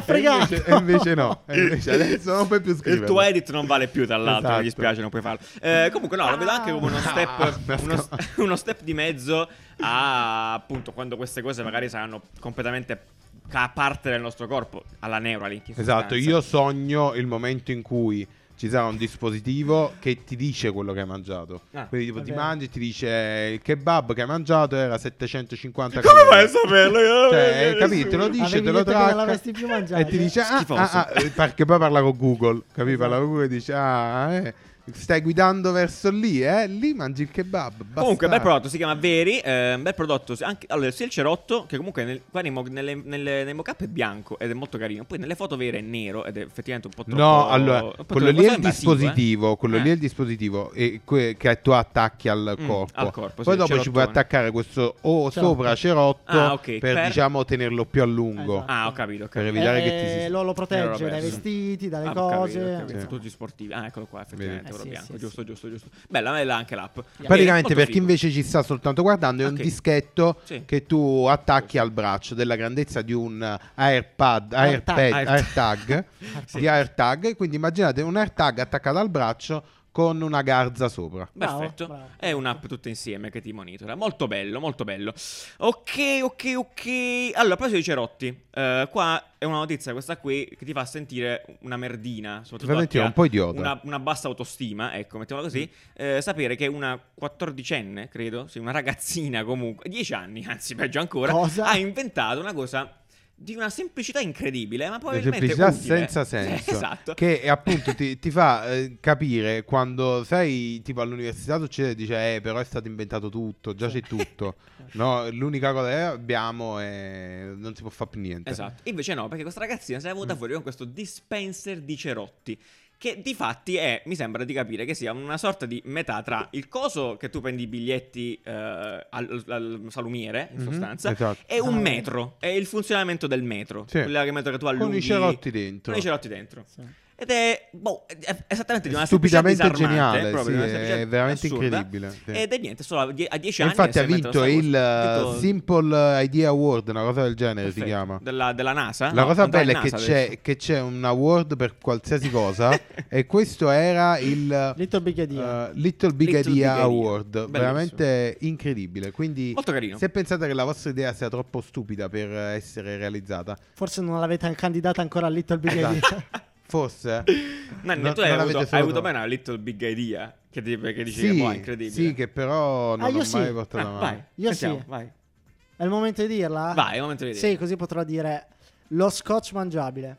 [SPEAKER 2] E
[SPEAKER 4] fregato!
[SPEAKER 2] invece, e invece no, e invece adesso non puoi più
[SPEAKER 1] Il
[SPEAKER 2] scriverlo.
[SPEAKER 1] tuo edit non vale più, tra l'altro.
[SPEAKER 2] Esatto.
[SPEAKER 1] Mi dispiace, non puoi farlo. Eh, comunque, no, lo vedo anche come uno
[SPEAKER 2] Ah,
[SPEAKER 1] step,
[SPEAKER 2] mi
[SPEAKER 1] uno,
[SPEAKER 2] scappa.
[SPEAKER 1] uno step di mezzo a appunto quando queste cose magari saranno completamente ca- parte del nostro corpo, alla Neuralink. in
[SPEAKER 2] Esatto,
[SPEAKER 1] sostanza.
[SPEAKER 2] io sogno il momento in cui ci sarà un dispositivo che ti dice quello che hai mangiato.
[SPEAKER 1] Ah,
[SPEAKER 2] Quindi tipo ti
[SPEAKER 4] vabbè.
[SPEAKER 2] mangi e ti dice il kebab che hai mangiato era 750
[SPEAKER 1] Come fai a
[SPEAKER 2] calorie.
[SPEAKER 1] saperlo? Io-
[SPEAKER 2] Cioè, hai
[SPEAKER 1] io-
[SPEAKER 2] capito? Te lo dice,
[SPEAKER 4] Avevi
[SPEAKER 2] te lo
[SPEAKER 4] detto che non
[SPEAKER 2] tracca
[SPEAKER 4] l'avresti più mangiato.
[SPEAKER 2] e ti dice ah,
[SPEAKER 1] Schifoso.
[SPEAKER 2] ah, ah, eh, perché poi parla con Google, capito? Parla con Google e dice ah, eh, stai guidando verso lì, eh? Lì mangi il kebab.
[SPEAKER 1] Comunque,
[SPEAKER 2] bastardo."
[SPEAKER 1] bel prodotto, si chiama Veri, eh, bel prodotto, se- anche, allora, sia il cerotto, che comunque nel, qua nei, mo- nelle, nelle- nei mock-up è bianco ed è molto carino, poi nelle foto vere è nero ed è effettivamente un po' troppo...
[SPEAKER 2] No, allora,
[SPEAKER 1] un po'
[SPEAKER 2] quello
[SPEAKER 1] troppo
[SPEAKER 2] lì è il
[SPEAKER 1] invasivo, eh.
[SPEAKER 2] dispositivo, quello
[SPEAKER 1] Eh.
[SPEAKER 2] lì è il dispositivo e que- che tu attacchi al
[SPEAKER 1] Mm,
[SPEAKER 2] corpo.
[SPEAKER 1] al corpo,
[SPEAKER 2] Poi
[SPEAKER 1] sì,
[SPEAKER 2] dopo ci puoi
[SPEAKER 1] cerottone.
[SPEAKER 2] attaccare questo o
[SPEAKER 4] Cerotto.
[SPEAKER 2] sopra cerotto
[SPEAKER 1] Ah, ok,
[SPEAKER 2] per,
[SPEAKER 1] per-
[SPEAKER 2] diciamo tenerlo più a lungo.
[SPEAKER 4] Esatto.
[SPEAKER 1] Ah, ho capito, ho
[SPEAKER 2] Per
[SPEAKER 1] capito.
[SPEAKER 2] evitare che ti
[SPEAKER 4] Eh,
[SPEAKER 2] si-
[SPEAKER 4] lo, lo
[SPEAKER 1] Eh,
[SPEAKER 4] protegge
[SPEAKER 1] vabbè,
[SPEAKER 4] dai
[SPEAKER 1] sì.
[SPEAKER 4] vestiti, dalle
[SPEAKER 1] Ah, ho
[SPEAKER 4] cose.
[SPEAKER 1] capito, ho capito.
[SPEAKER 2] Sì.
[SPEAKER 1] Tutti sportivi. Ah, eccolo qua, effettivamente,
[SPEAKER 2] Vedi.
[SPEAKER 1] oro
[SPEAKER 4] Eh, sì,
[SPEAKER 1] bianco,
[SPEAKER 4] sì,
[SPEAKER 1] giusto, giusto, giusto. Bella, bella anche l'app.
[SPEAKER 2] Praticamente
[SPEAKER 1] Ah, Molto
[SPEAKER 2] per chi
[SPEAKER 1] figo.
[SPEAKER 2] invece ci sta soltanto guardando è un
[SPEAKER 1] Ok.
[SPEAKER 2] dischetto
[SPEAKER 1] Sì.
[SPEAKER 2] che tu attacchi al braccio della grandezza di un AirPad, AirPad,
[SPEAKER 4] AirTag.
[SPEAKER 1] Air-
[SPEAKER 2] AirTag,
[SPEAKER 1] Sì.
[SPEAKER 2] di AirTag, quindi immaginate un AirTag attaccato al braccio con una garza sopra.
[SPEAKER 4] Bravo,
[SPEAKER 1] Perfetto,
[SPEAKER 4] bravo.
[SPEAKER 1] è un'app tutta insieme che ti monitora. Molto bello, molto bello. Ok, ok, ok. Allora, a proposito di cerotti, eh, qua è una notizia questa qui che ti fa sentire una merdina. Soprattutto a chi
[SPEAKER 2] Veramente
[SPEAKER 1] ha
[SPEAKER 2] un Mm. po' idiota.
[SPEAKER 1] una, una bassa autostima, ecco, mettiamola così. eh, sapere che una 14enne, credo, sì, una ragazzina comunque, 10 anni, anzi, peggio ancora,
[SPEAKER 4] Cosa?
[SPEAKER 1] ha inventato una cosa di una semplicità incredibile, ma
[SPEAKER 2] Una
[SPEAKER 1] probabilmente
[SPEAKER 2] semplicità
[SPEAKER 1] utile.
[SPEAKER 2] senza senso.
[SPEAKER 1] esatto.
[SPEAKER 2] Che eh, appunto ti, ti fa eh, capire quando sai, tipo all'università succede, dice, eh, però è stato inventato tutto, già c'è tutto. No, l'unica cosa che abbiamo è... non si può fare più niente.
[SPEAKER 1] Esatto. Invece no, perché questa ragazzina si è
[SPEAKER 2] Mm.
[SPEAKER 1] venuta fuori con questo dispenser di cerotti. Che di fatti è, mi sembra di capire, che sia una sorta di metà tra il coso che tu prendi i biglietti eh, al, al salumiere, in
[SPEAKER 2] Mhm,
[SPEAKER 1] sostanza,
[SPEAKER 2] esatto.
[SPEAKER 1] e un
[SPEAKER 4] Ah.
[SPEAKER 1] metro. È il funzionamento del metro.
[SPEAKER 2] Sì.
[SPEAKER 1] Quella che metro che tu allunghi.
[SPEAKER 2] Con i cerotti dentro.
[SPEAKER 1] Con i cerotti dentro.
[SPEAKER 4] Sì.
[SPEAKER 1] Ed è, boh, è- è esattamente di una semplicità
[SPEAKER 2] Stupidamente
[SPEAKER 1] disarmante,
[SPEAKER 2] geniale,
[SPEAKER 1] proprio
[SPEAKER 2] sì,
[SPEAKER 1] di una semplicità
[SPEAKER 2] è veramente
[SPEAKER 1] assurda.
[SPEAKER 2] incredibile. sì.
[SPEAKER 1] Ed è niente, solo a die- a 10
[SPEAKER 2] E
[SPEAKER 1] anni.
[SPEAKER 2] infatti
[SPEAKER 1] si
[SPEAKER 2] ha
[SPEAKER 1] è inventato
[SPEAKER 2] vinto
[SPEAKER 1] sta
[SPEAKER 2] il
[SPEAKER 1] cosa.
[SPEAKER 2] eh,
[SPEAKER 1] Tutto-
[SPEAKER 2] Simple Idea Award, una cosa del genere si
[SPEAKER 1] perfetto.
[SPEAKER 2] chiama.
[SPEAKER 1] Della, della NASA.
[SPEAKER 2] La
[SPEAKER 1] Ah, no?
[SPEAKER 2] cosa
[SPEAKER 1] Non della
[SPEAKER 2] bella è che
[SPEAKER 1] NASA adesso.
[SPEAKER 2] c'è, che c'è un award per qualsiasi cosa e questo era il
[SPEAKER 4] Little Big Idea.
[SPEAKER 2] eh, Little Big
[SPEAKER 1] Little Big
[SPEAKER 2] Idea
[SPEAKER 1] Idea.
[SPEAKER 2] Award,
[SPEAKER 1] Bellissimo.
[SPEAKER 2] veramente incredibile. Quindi
[SPEAKER 1] Molto carino.
[SPEAKER 2] se pensate che la vostra idea sia troppo stupida per essere realizzata,
[SPEAKER 4] Forse non l'avete candidata ancora a Little Big
[SPEAKER 2] Esatto.
[SPEAKER 4] Idea.
[SPEAKER 2] forse
[SPEAKER 1] Nanni,
[SPEAKER 2] non-
[SPEAKER 1] tu hai
[SPEAKER 2] non
[SPEAKER 1] avuto,
[SPEAKER 2] avete
[SPEAKER 1] hai avuto
[SPEAKER 2] solo-
[SPEAKER 1] mai una little big idea che, ti, che dici che
[SPEAKER 2] sì,
[SPEAKER 1] boh, è incredibile.
[SPEAKER 2] sì, che però non
[SPEAKER 4] Ah,
[SPEAKER 2] l'ho
[SPEAKER 4] io
[SPEAKER 2] mai
[SPEAKER 4] sì.
[SPEAKER 1] Ah,
[SPEAKER 2] portata avanti.
[SPEAKER 1] vai,
[SPEAKER 4] Io
[SPEAKER 1] sentiamo,
[SPEAKER 4] sì.
[SPEAKER 1] vai.
[SPEAKER 4] È il momento di
[SPEAKER 2] Ah,
[SPEAKER 4] dirla?
[SPEAKER 1] Vai, è il momento di dire.
[SPEAKER 4] Sì, così potrò dire lo scotch mangiabile.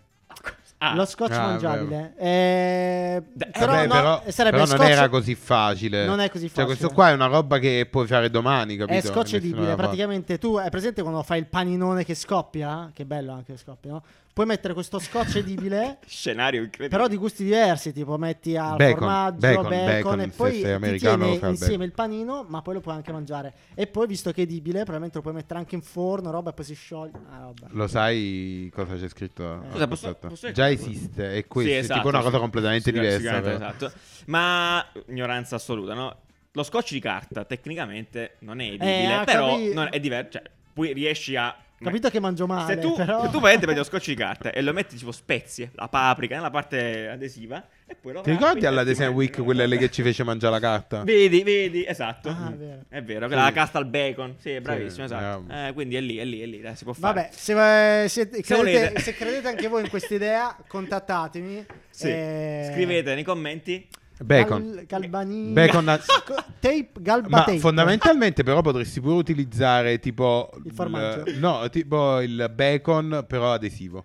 [SPEAKER 1] Ah,
[SPEAKER 4] Lo scotch
[SPEAKER 2] Ah,
[SPEAKER 4] mangiabile. Eh,
[SPEAKER 1] Da-
[SPEAKER 4] però,
[SPEAKER 2] Vabbè,
[SPEAKER 4] no, eh,
[SPEAKER 2] però,
[SPEAKER 4] sarebbe
[SPEAKER 2] però non
[SPEAKER 4] scotch-
[SPEAKER 2] era così facile.
[SPEAKER 4] Non è così
[SPEAKER 2] Cioè,
[SPEAKER 4] facile.
[SPEAKER 2] questo qua è una roba che puoi fare domani, capito?
[SPEAKER 4] È scotch edibile,
[SPEAKER 2] Nessuna roba.
[SPEAKER 4] praticamente tu hai presente quando fai il paninone che scoppia? Che bello anche che scoppia, no? Puoi mettere questo scotch edibile,
[SPEAKER 1] Scenario incredibile.
[SPEAKER 4] però di gusti diversi, tipo metti al
[SPEAKER 2] Bacon,
[SPEAKER 4] formaggio,
[SPEAKER 2] bacon,
[SPEAKER 4] bacon,
[SPEAKER 2] bacon,
[SPEAKER 4] e
[SPEAKER 2] se
[SPEAKER 4] poi
[SPEAKER 2] sei
[SPEAKER 4] ti
[SPEAKER 2] americano lo
[SPEAKER 4] tieni
[SPEAKER 2] fai al bacon.
[SPEAKER 4] insieme il panino, ma poi lo puoi anche mangiare. E poi, visto che è edibile, probabilmente lo puoi mettere anche in forno, roba, e poi si scioglie. Ah, roba.
[SPEAKER 2] Lo sai cosa c'è scritto?
[SPEAKER 4] Eh.
[SPEAKER 1] Scusa, posso-
[SPEAKER 2] Aspetta.
[SPEAKER 1] posso-
[SPEAKER 2] Già esiste, è questo.
[SPEAKER 1] Sì,
[SPEAKER 2] è
[SPEAKER 1] esatto,
[SPEAKER 2] tipo una
[SPEAKER 1] sì.
[SPEAKER 2] cosa completamente
[SPEAKER 1] Sicur-
[SPEAKER 2] diversa.
[SPEAKER 1] sicuramente,
[SPEAKER 2] però.
[SPEAKER 1] esatto. Ma ignoranza assoluta, no? Lo scotch di carta tecnicamente non è edibile,
[SPEAKER 2] Eh,
[SPEAKER 4] ah,
[SPEAKER 1] però
[SPEAKER 4] capi-
[SPEAKER 1] non è diverso, cioè poi riesci a
[SPEAKER 4] Capito che mangio male,
[SPEAKER 1] se tu,
[SPEAKER 4] però...
[SPEAKER 1] se tu prendi prendi lo scotch di carta e lo metti tipo spezie, la paprika nella parte adesiva e poi lo rappi
[SPEAKER 2] Ti ricordi
[SPEAKER 1] e
[SPEAKER 2] alla
[SPEAKER 1] ti
[SPEAKER 2] Design
[SPEAKER 1] metti,
[SPEAKER 2] Week
[SPEAKER 1] no?
[SPEAKER 2] quella lì che ci fece mangiare la carta?
[SPEAKER 1] Vedi, vedi, esatto.
[SPEAKER 4] Ah, è
[SPEAKER 1] Mm.
[SPEAKER 4] vero.
[SPEAKER 1] è vero, quella
[SPEAKER 2] Sì.
[SPEAKER 1] casta al bacon. Sì, bravissimo,
[SPEAKER 2] Sì,
[SPEAKER 1] esatto.
[SPEAKER 2] bravo.
[SPEAKER 1] Eh, quindi è lì, è lì, è lì, dai, si può fare.
[SPEAKER 4] Vabbè, se, eh, siete-
[SPEAKER 1] Se volete.
[SPEAKER 4] credete, se credete anche voi in questa idea, contattatemi.
[SPEAKER 1] Sì.
[SPEAKER 4] Eh,
[SPEAKER 1] Scrivete nei commenti.
[SPEAKER 2] Bacon.
[SPEAKER 4] Gal- Galbanini.
[SPEAKER 2] Bacon a-
[SPEAKER 4] Co- tape Galba
[SPEAKER 2] Ma
[SPEAKER 4] tape.
[SPEAKER 2] fondamentalmente però potresti pure utilizzare tipo...
[SPEAKER 4] Il formaggio.
[SPEAKER 2] l- no, tipo il bacon però adesivo.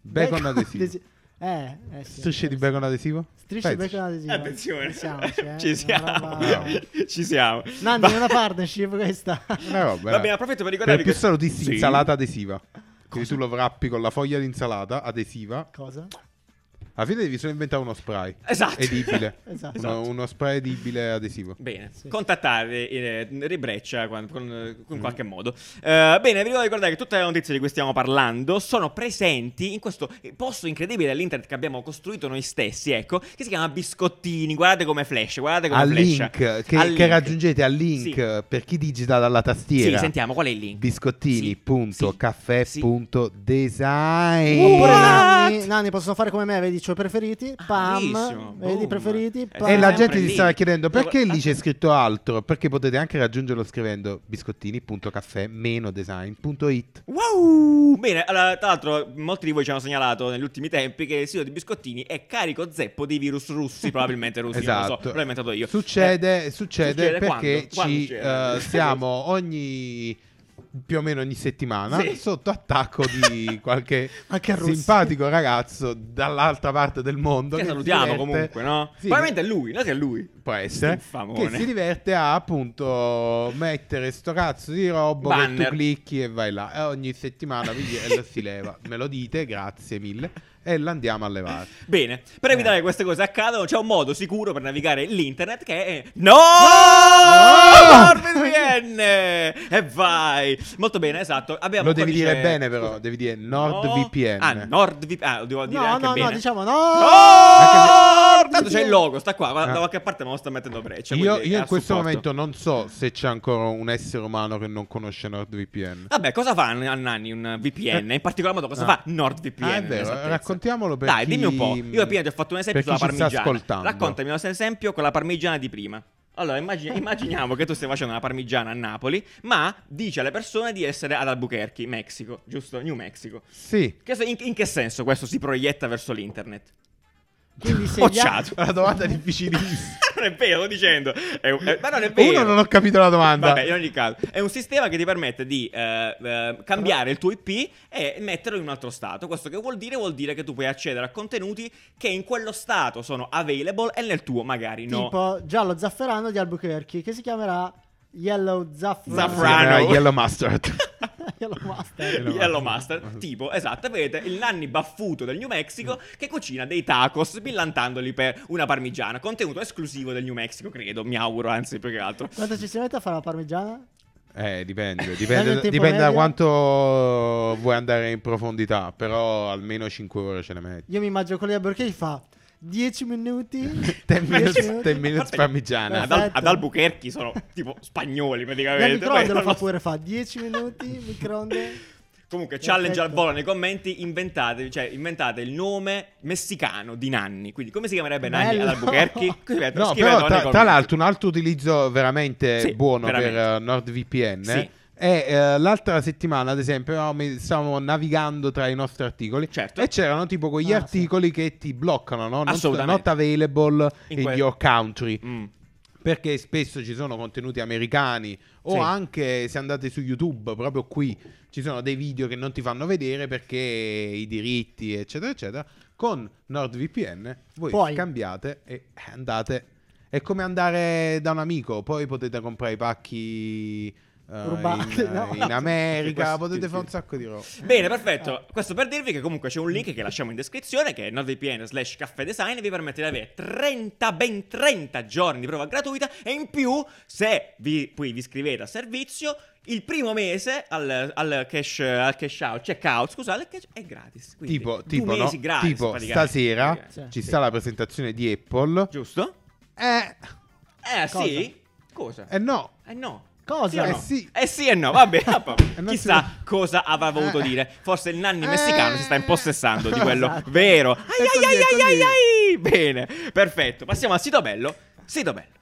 [SPEAKER 2] Bacon, adesivo.
[SPEAKER 4] adesi- Eh, eh sì,
[SPEAKER 2] Strisce di bacon adesivo?
[SPEAKER 4] Strisce di
[SPEAKER 2] Pensaci.
[SPEAKER 4] bacon adesivo.
[SPEAKER 1] Attenzione,
[SPEAKER 4] Pensiamoci, eh,
[SPEAKER 1] ci siamo.
[SPEAKER 4] una roba-
[SPEAKER 1] ci siamo.
[SPEAKER 4] Nanni,
[SPEAKER 1] Va-
[SPEAKER 4] è una partnership questa.
[SPEAKER 2] Una roba.
[SPEAKER 1] Va
[SPEAKER 2] dai.
[SPEAKER 1] bene, approfitto per
[SPEAKER 2] Per
[SPEAKER 1] ricordarvi
[SPEAKER 2] più
[SPEAKER 1] che-
[SPEAKER 2] salutisti,
[SPEAKER 1] Sì.
[SPEAKER 2] insalata adesiva. Quindi tu lo wrappi con la foglia di insalata adesiva
[SPEAKER 4] Cosa?
[SPEAKER 2] Alla fine devi solo inventare uno spray.
[SPEAKER 1] Esatto.
[SPEAKER 2] Edibile.
[SPEAKER 4] Esatto.
[SPEAKER 2] Uno, uno spray edibile adesivo.
[SPEAKER 1] Bene,
[SPEAKER 4] Sì.
[SPEAKER 1] contattare eh, Rebreccia con, con-
[SPEAKER 2] Mm.
[SPEAKER 1] con qualche modo. Eh, bene, vi voglio ricordare che tutte le notizie di cui stiamo parlando sono presenti in questo posto incredibile all'internet che abbiamo costruito noi stessi, ecco, che si chiama Biscottini. Guardate come flash, guardate come
[SPEAKER 2] Al
[SPEAKER 1] flash.
[SPEAKER 2] link, che, che
[SPEAKER 1] Al link.
[SPEAKER 2] raggiungete al link
[SPEAKER 1] Sì.
[SPEAKER 2] per chi digita dalla tastiera.
[SPEAKER 1] Sì, sentiamo qual è il link.
[SPEAKER 2] Biscottini.caffè.design.
[SPEAKER 1] Sì. Uh,
[SPEAKER 4] Oppure
[SPEAKER 1] What?
[SPEAKER 4] Nanni, Nanni possono fare come me, vedi i suoi preferiti,
[SPEAKER 1] Ah, bravissimo,
[SPEAKER 4] pam, vedi
[SPEAKER 1] boom.
[SPEAKER 4] i preferiti,
[SPEAKER 1] Eh,
[SPEAKER 4] pam.
[SPEAKER 2] E la gente
[SPEAKER 1] sempre
[SPEAKER 2] ti
[SPEAKER 1] lì. ah.
[SPEAKER 2] stava chiedendo perché
[SPEAKER 1] Dove-
[SPEAKER 2] lì c'è scritto altro? Perché potete anche raggiungerlo scrivendo biscottini.caffè-design.it.
[SPEAKER 1] Wow! Bene, allora, tra l'altro, molti di voi ci hanno segnalato negli ultimi tempi che il sito di Biscottini è carico zeppo di virus russi, probabilmente russi, non lo so,
[SPEAKER 2] Esatto.
[SPEAKER 1] l'ho inventato io.
[SPEAKER 2] Succede,
[SPEAKER 1] Eh,
[SPEAKER 2] succede
[SPEAKER 1] quando?
[SPEAKER 2] perché
[SPEAKER 1] Quando
[SPEAKER 2] ci
[SPEAKER 1] succede?
[SPEAKER 2] eh, siamo ogni più o meno ogni settimana
[SPEAKER 1] Sì.
[SPEAKER 2] sotto attacco di qualche
[SPEAKER 4] Anche a Russia.
[SPEAKER 2] simpatico ragazzo dall'altra parte del mondo
[SPEAKER 1] Che
[SPEAKER 2] si
[SPEAKER 1] salutiamo
[SPEAKER 2] diverte-
[SPEAKER 1] comunque, no?
[SPEAKER 2] Sì,
[SPEAKER 1] Probabilmente è lui, no? Che è lui.
[SPEAKER 2] può essere
[SPEAKER 1] Sto infamone.
[SPEAKER 2] che si diverte a appunto mettere sto cazzo di robo che
[SPEAKER 1] Banner.
[SPEAKER 2] tu clicchi e vai là e ogni settimana vi- e lo si leva me lo dite grazie mille e l'andiamo a levare
[SPEAKER 1] Bene, per evitare
[SPEAKER 2] Eh.
[SPEAKER 1] che queste cose accadano, c'è un modo sicuro per navigare l'internet che è. No! NordVPN! E vai! Molto bene, esatto. Abbiamo
[SPEAKER 2] lo
[SPEAKER 1] un
[SPEAKER 2] devi
[SPEAKER 1] codice-
[SPEAKER 2] dire bene però devi dire NordVPN
[SPEAKER 1] Ah, NordVPN. Ah, lo devo dire
[SPEAKER 4] No,
[SPEAKER 1] anche
[SPEAKER 4] no,
[SPEAKER 1] bene.
[SPEAKER 4] no, diciamo
[SPEAKER 1] No!
[SPEAKER 4] no.
[SPEAKER 1] Tanto c'è il logo, sta qua, ma da
[SPEAKER 2] Ah.
[SPEAKER 1] qualche parte me lo sta mettendo breccia.
[SPEAKER 2] io,
[SPEAKER 1] quindi
[SPEAKER 2] io
[SPEAKER 1] è
[SPEAKER 2] in
[SPEAKER 1] a
[SPEAKER 2] questo
[SPEAKER 1] supporto.
[SPEAKER 2] momento non so se c'è ancora un essere umano che non conosce NordVPN
[SPEAKER 1] Vabbè, cosa fa a Nanni un VPN? In particolar modo cosa
[SPEAKER 2] Ah.
[SPEAKER 1] fa NordVPN?
[SPEAKER 2] Ah, è vero,
[SPEAKER 1] esattezza.
[SPEAKER 2] raccontiamolo per
[SPEAKER 1] Dai,
[SPEAKER 2] chi-
[SPEAKER 1] dimmi un po'. Io appena ti ho fatto un esempio
[SPEAKER 2] per
[SPEAKER 1] sulla
[SPEAKER 2] chi ci sta
[SPEAKER 1] parmigiana.
[SPEAKER 2] ascoltando.
[SPEAKER 1] Raccontami un esempio con la parmigiana di prima. Allora, immagini- immaginiamo che tu stai facendo una parmigiana a Napoli, ma dici alle persone di essere ad Albuquerque, Messico, giusto? New Mexico.
[SPEAKER 2] sì
[SPEAKER 1] Che se- in, in che senso questo si proietta verso l'internet?
[SPEAKER 4] Quindi se gli a-
[SPEAKER 1] Bocciato.
[SPEAKER 2] una domanda difficilissima
[SPEAKER 1] non è vero, sto dicendo. È un- è- Eh, ma non è vero.
[SPEAKER 2] uno non ho capito la domanda
[SPEAKER 1] Vabbè, in ogni caso, è un sistema che ti permette di eh, eh, cambiare il tuo IP e metterlo in un altro stato. Questo che vuol dire? Vuol dire che tu puoi accedere a contenuti che in quello stato sono available e nel tuo magari no.
[SPEAKER 4] tipo giallo zafferano di Albuquerque che si chiamerà Yellow Zafferano.
[SPEAKER 1] Zafferano. Frano.
[SPEAKER 2] Eh, Yellow Mustard
[SPEAKER 4] Yellow Master.
[SPEAKER 2] Yellow
[SPEAKER 1] Yellow
[SPEAKER 2] Master.
[SPEAKER 1] Master,
[SPEAKER 2] Master.
[SPEAKER 1] tipo, esatto, vedete il nanni baffuto del New Mexico che cucina dei tacos millantandoli per una parmigiana, contenuto esclusivo del New Mexico, credo, mi auguro, anzi più che altro.
[SPEAKER 4] Quanto ci si mette a fare la parmigiana?
[SPEAKER 2] Eh, dipende,
[SPEAKER 4] Dammi un
[SPEAKER 2] dipende,
[SPEAKER 4] tempo
[SPEAKER 2] dipende da
[SPEAKER 4] medio.
[SPEAKER 2] quanto vuoi andare in profondità, però almeno 5 ore ce ne metti.
[SPEAKER 4] Io mi immagino con gli Albuquerque fa 10 minuti.
[SPEAKER 2] 10 minutes,
[SPEAKER 4] minuti.
[SPEAKER 2] 10 minutes parmigiana.
[SPEAKER 1] Ad,
[SPEAKER 4] Perfetto.
[SPEAKER 1] ad Albuquerque sono tipo spagnoli
[SPEAKER 4] Nel
[SPEAKER 1] praticamente.
[SPEAKER 4] microonde lo
[SPEAKER 1] Questo
[SPEAKER 4] fa
[SPEAKER 1] lo-
[SPEAKER 4] pure, fa 10 minuti, microonde.
[SPEAKER 1] Comunque, challenge al
[SPEAKER 4] Perfetto.
[SPEAKER 1] volo nei commenti, inventate, cioè, inventate il nome messicano di Nanni. Quindi, come si chiamerebbe Nanni ad
[SPEAKER 4] Bello.
[SPEAKER 1] Albuquerque? Scrivetelo,
[SPEAKER 2] No,
[SPEAKER 1] scrivetelo
[SPEAKER 2] però
[SPEAKER 1] nei
[SPEAKER 2] tra,
[SPEAKER 1] commenti.
[SPEAKER 2] tra l'altro un altro utilizzo veramente
[SPEAKER 1] Sì,
[SPEAKER 2] buono per
[SPEAKER 1] veramente.
[SPEAKER 2] eh, NordVPN
[SPEAKER 1] Sì.
[SPEAKER 2] è eh, l'altra settimana, ad esempio, no, mi- stavamo navigando tra i nostri articoli
[SPEAKER 1] Certo.
[SPEAKER 2] e c'erano tipo quegli
[SPEAKER 4] Ah, sì.
[SPEAKER 2] articoli che ti bloccano, no? Not,
[SPEAKER 1] Assolutamente.
[SPEAKER 2] not available
[SPEAKER 1] In
[SPEAKER 2] in,
[SPEAKER 1] quel-
[SPEAKER 2] your country.
[SPEAKER 1] Mm.
[SPEAKER 2] perché spesso ci sono contenuti americani o
[SPEAKER 1] Sì.
[SPEAKER 2] anche se andate su YouTube, proprio qui ci sono dei video che non ti fanno vedere perché i diritti, eccetera, eccetera. Con NordVPN voi
[SPEAKER 4] Poi-
[SPEAKER 2] cambiate e andate. È come andare da un amico, poi potete comprare i pacchi eh,
[SPEAKER 4] Rubati,
[SPEAKER 2] in,
[SPEAKER 4] no?
[SPEAKER 2] in America,
[SPEAKER 1] Questo-
[SPEAKER 2] potete
[SPEAKER 1] sì,
[SPEAKER 2] fare un
[SPEAKER 1] sì.
[SPEAKER 2] sacco di roba.
[SPEAKER 1] Bene, perfetto. Questo per dirvi che comunque c'è un link che lasciamo in descrizione che è nordvpn slash caffè design vi permette di avere 30, ben 30 giorni di prova gratuita e in più, se vi, poi vi iscrivete al servizio, il primo mese al, al cash, al cash out, checkout, scusate, il cash- è gratis. Quindi,
[SPEAKER 2] Tipo,
[SPEAKER 1] due
[SPEAKER 2] tipo, no?
[SPEAKER 1] mesi gratis,
[SPEAKER 2] Tipo,
[SPEAKER 1] praticamente.
[SPEAKER 2] stasera
[SPEAKER 4] Sì.
[SPEAKER 2] ci sta la presentazione di Apple.
[SPEAKER 1] Giusto?
[SPEAKER 2] Eh,
[SPEAKER 1] Eh
[SPEAKER 4] Cosa?
[SPEAKER 1] sì? Cosa?
[SPEAKER 2] eh no,
[SPEAKER 1] Eh no.
[SPEAKER 4] Cosa?
[SPEAKER 1] Sì o
[SPEAKER 2] Eh,
[SPEAKER 1] no?
[SPEAKER 2] sì.
[SPEAKER 1] Eh sì e no, vabbè. vabbè.
[SPEAKER 2] Eh, non
[SPEAKER 1] Chissà
[SPEAKER 2] si
[SPEAKER 1] cosa avrà voluto
[SPEAKER 2] Eh.
[SPEAKER 1] dire. Forse il nanni messicano si sta impossessando di quello
[SPEAKER 4] Esatto.
[SPEAKER 1] vero. Ai
[SPEAKER 2] È così,
[SPEAKER 1] ai ai
[SPEAKER 2] è
[SPEAKER 1] ai ai
[SPEAKER 2] così.
[SPEAKER 1] ai. Bene, perfetto. Passiamo al sito bello. Sito bello.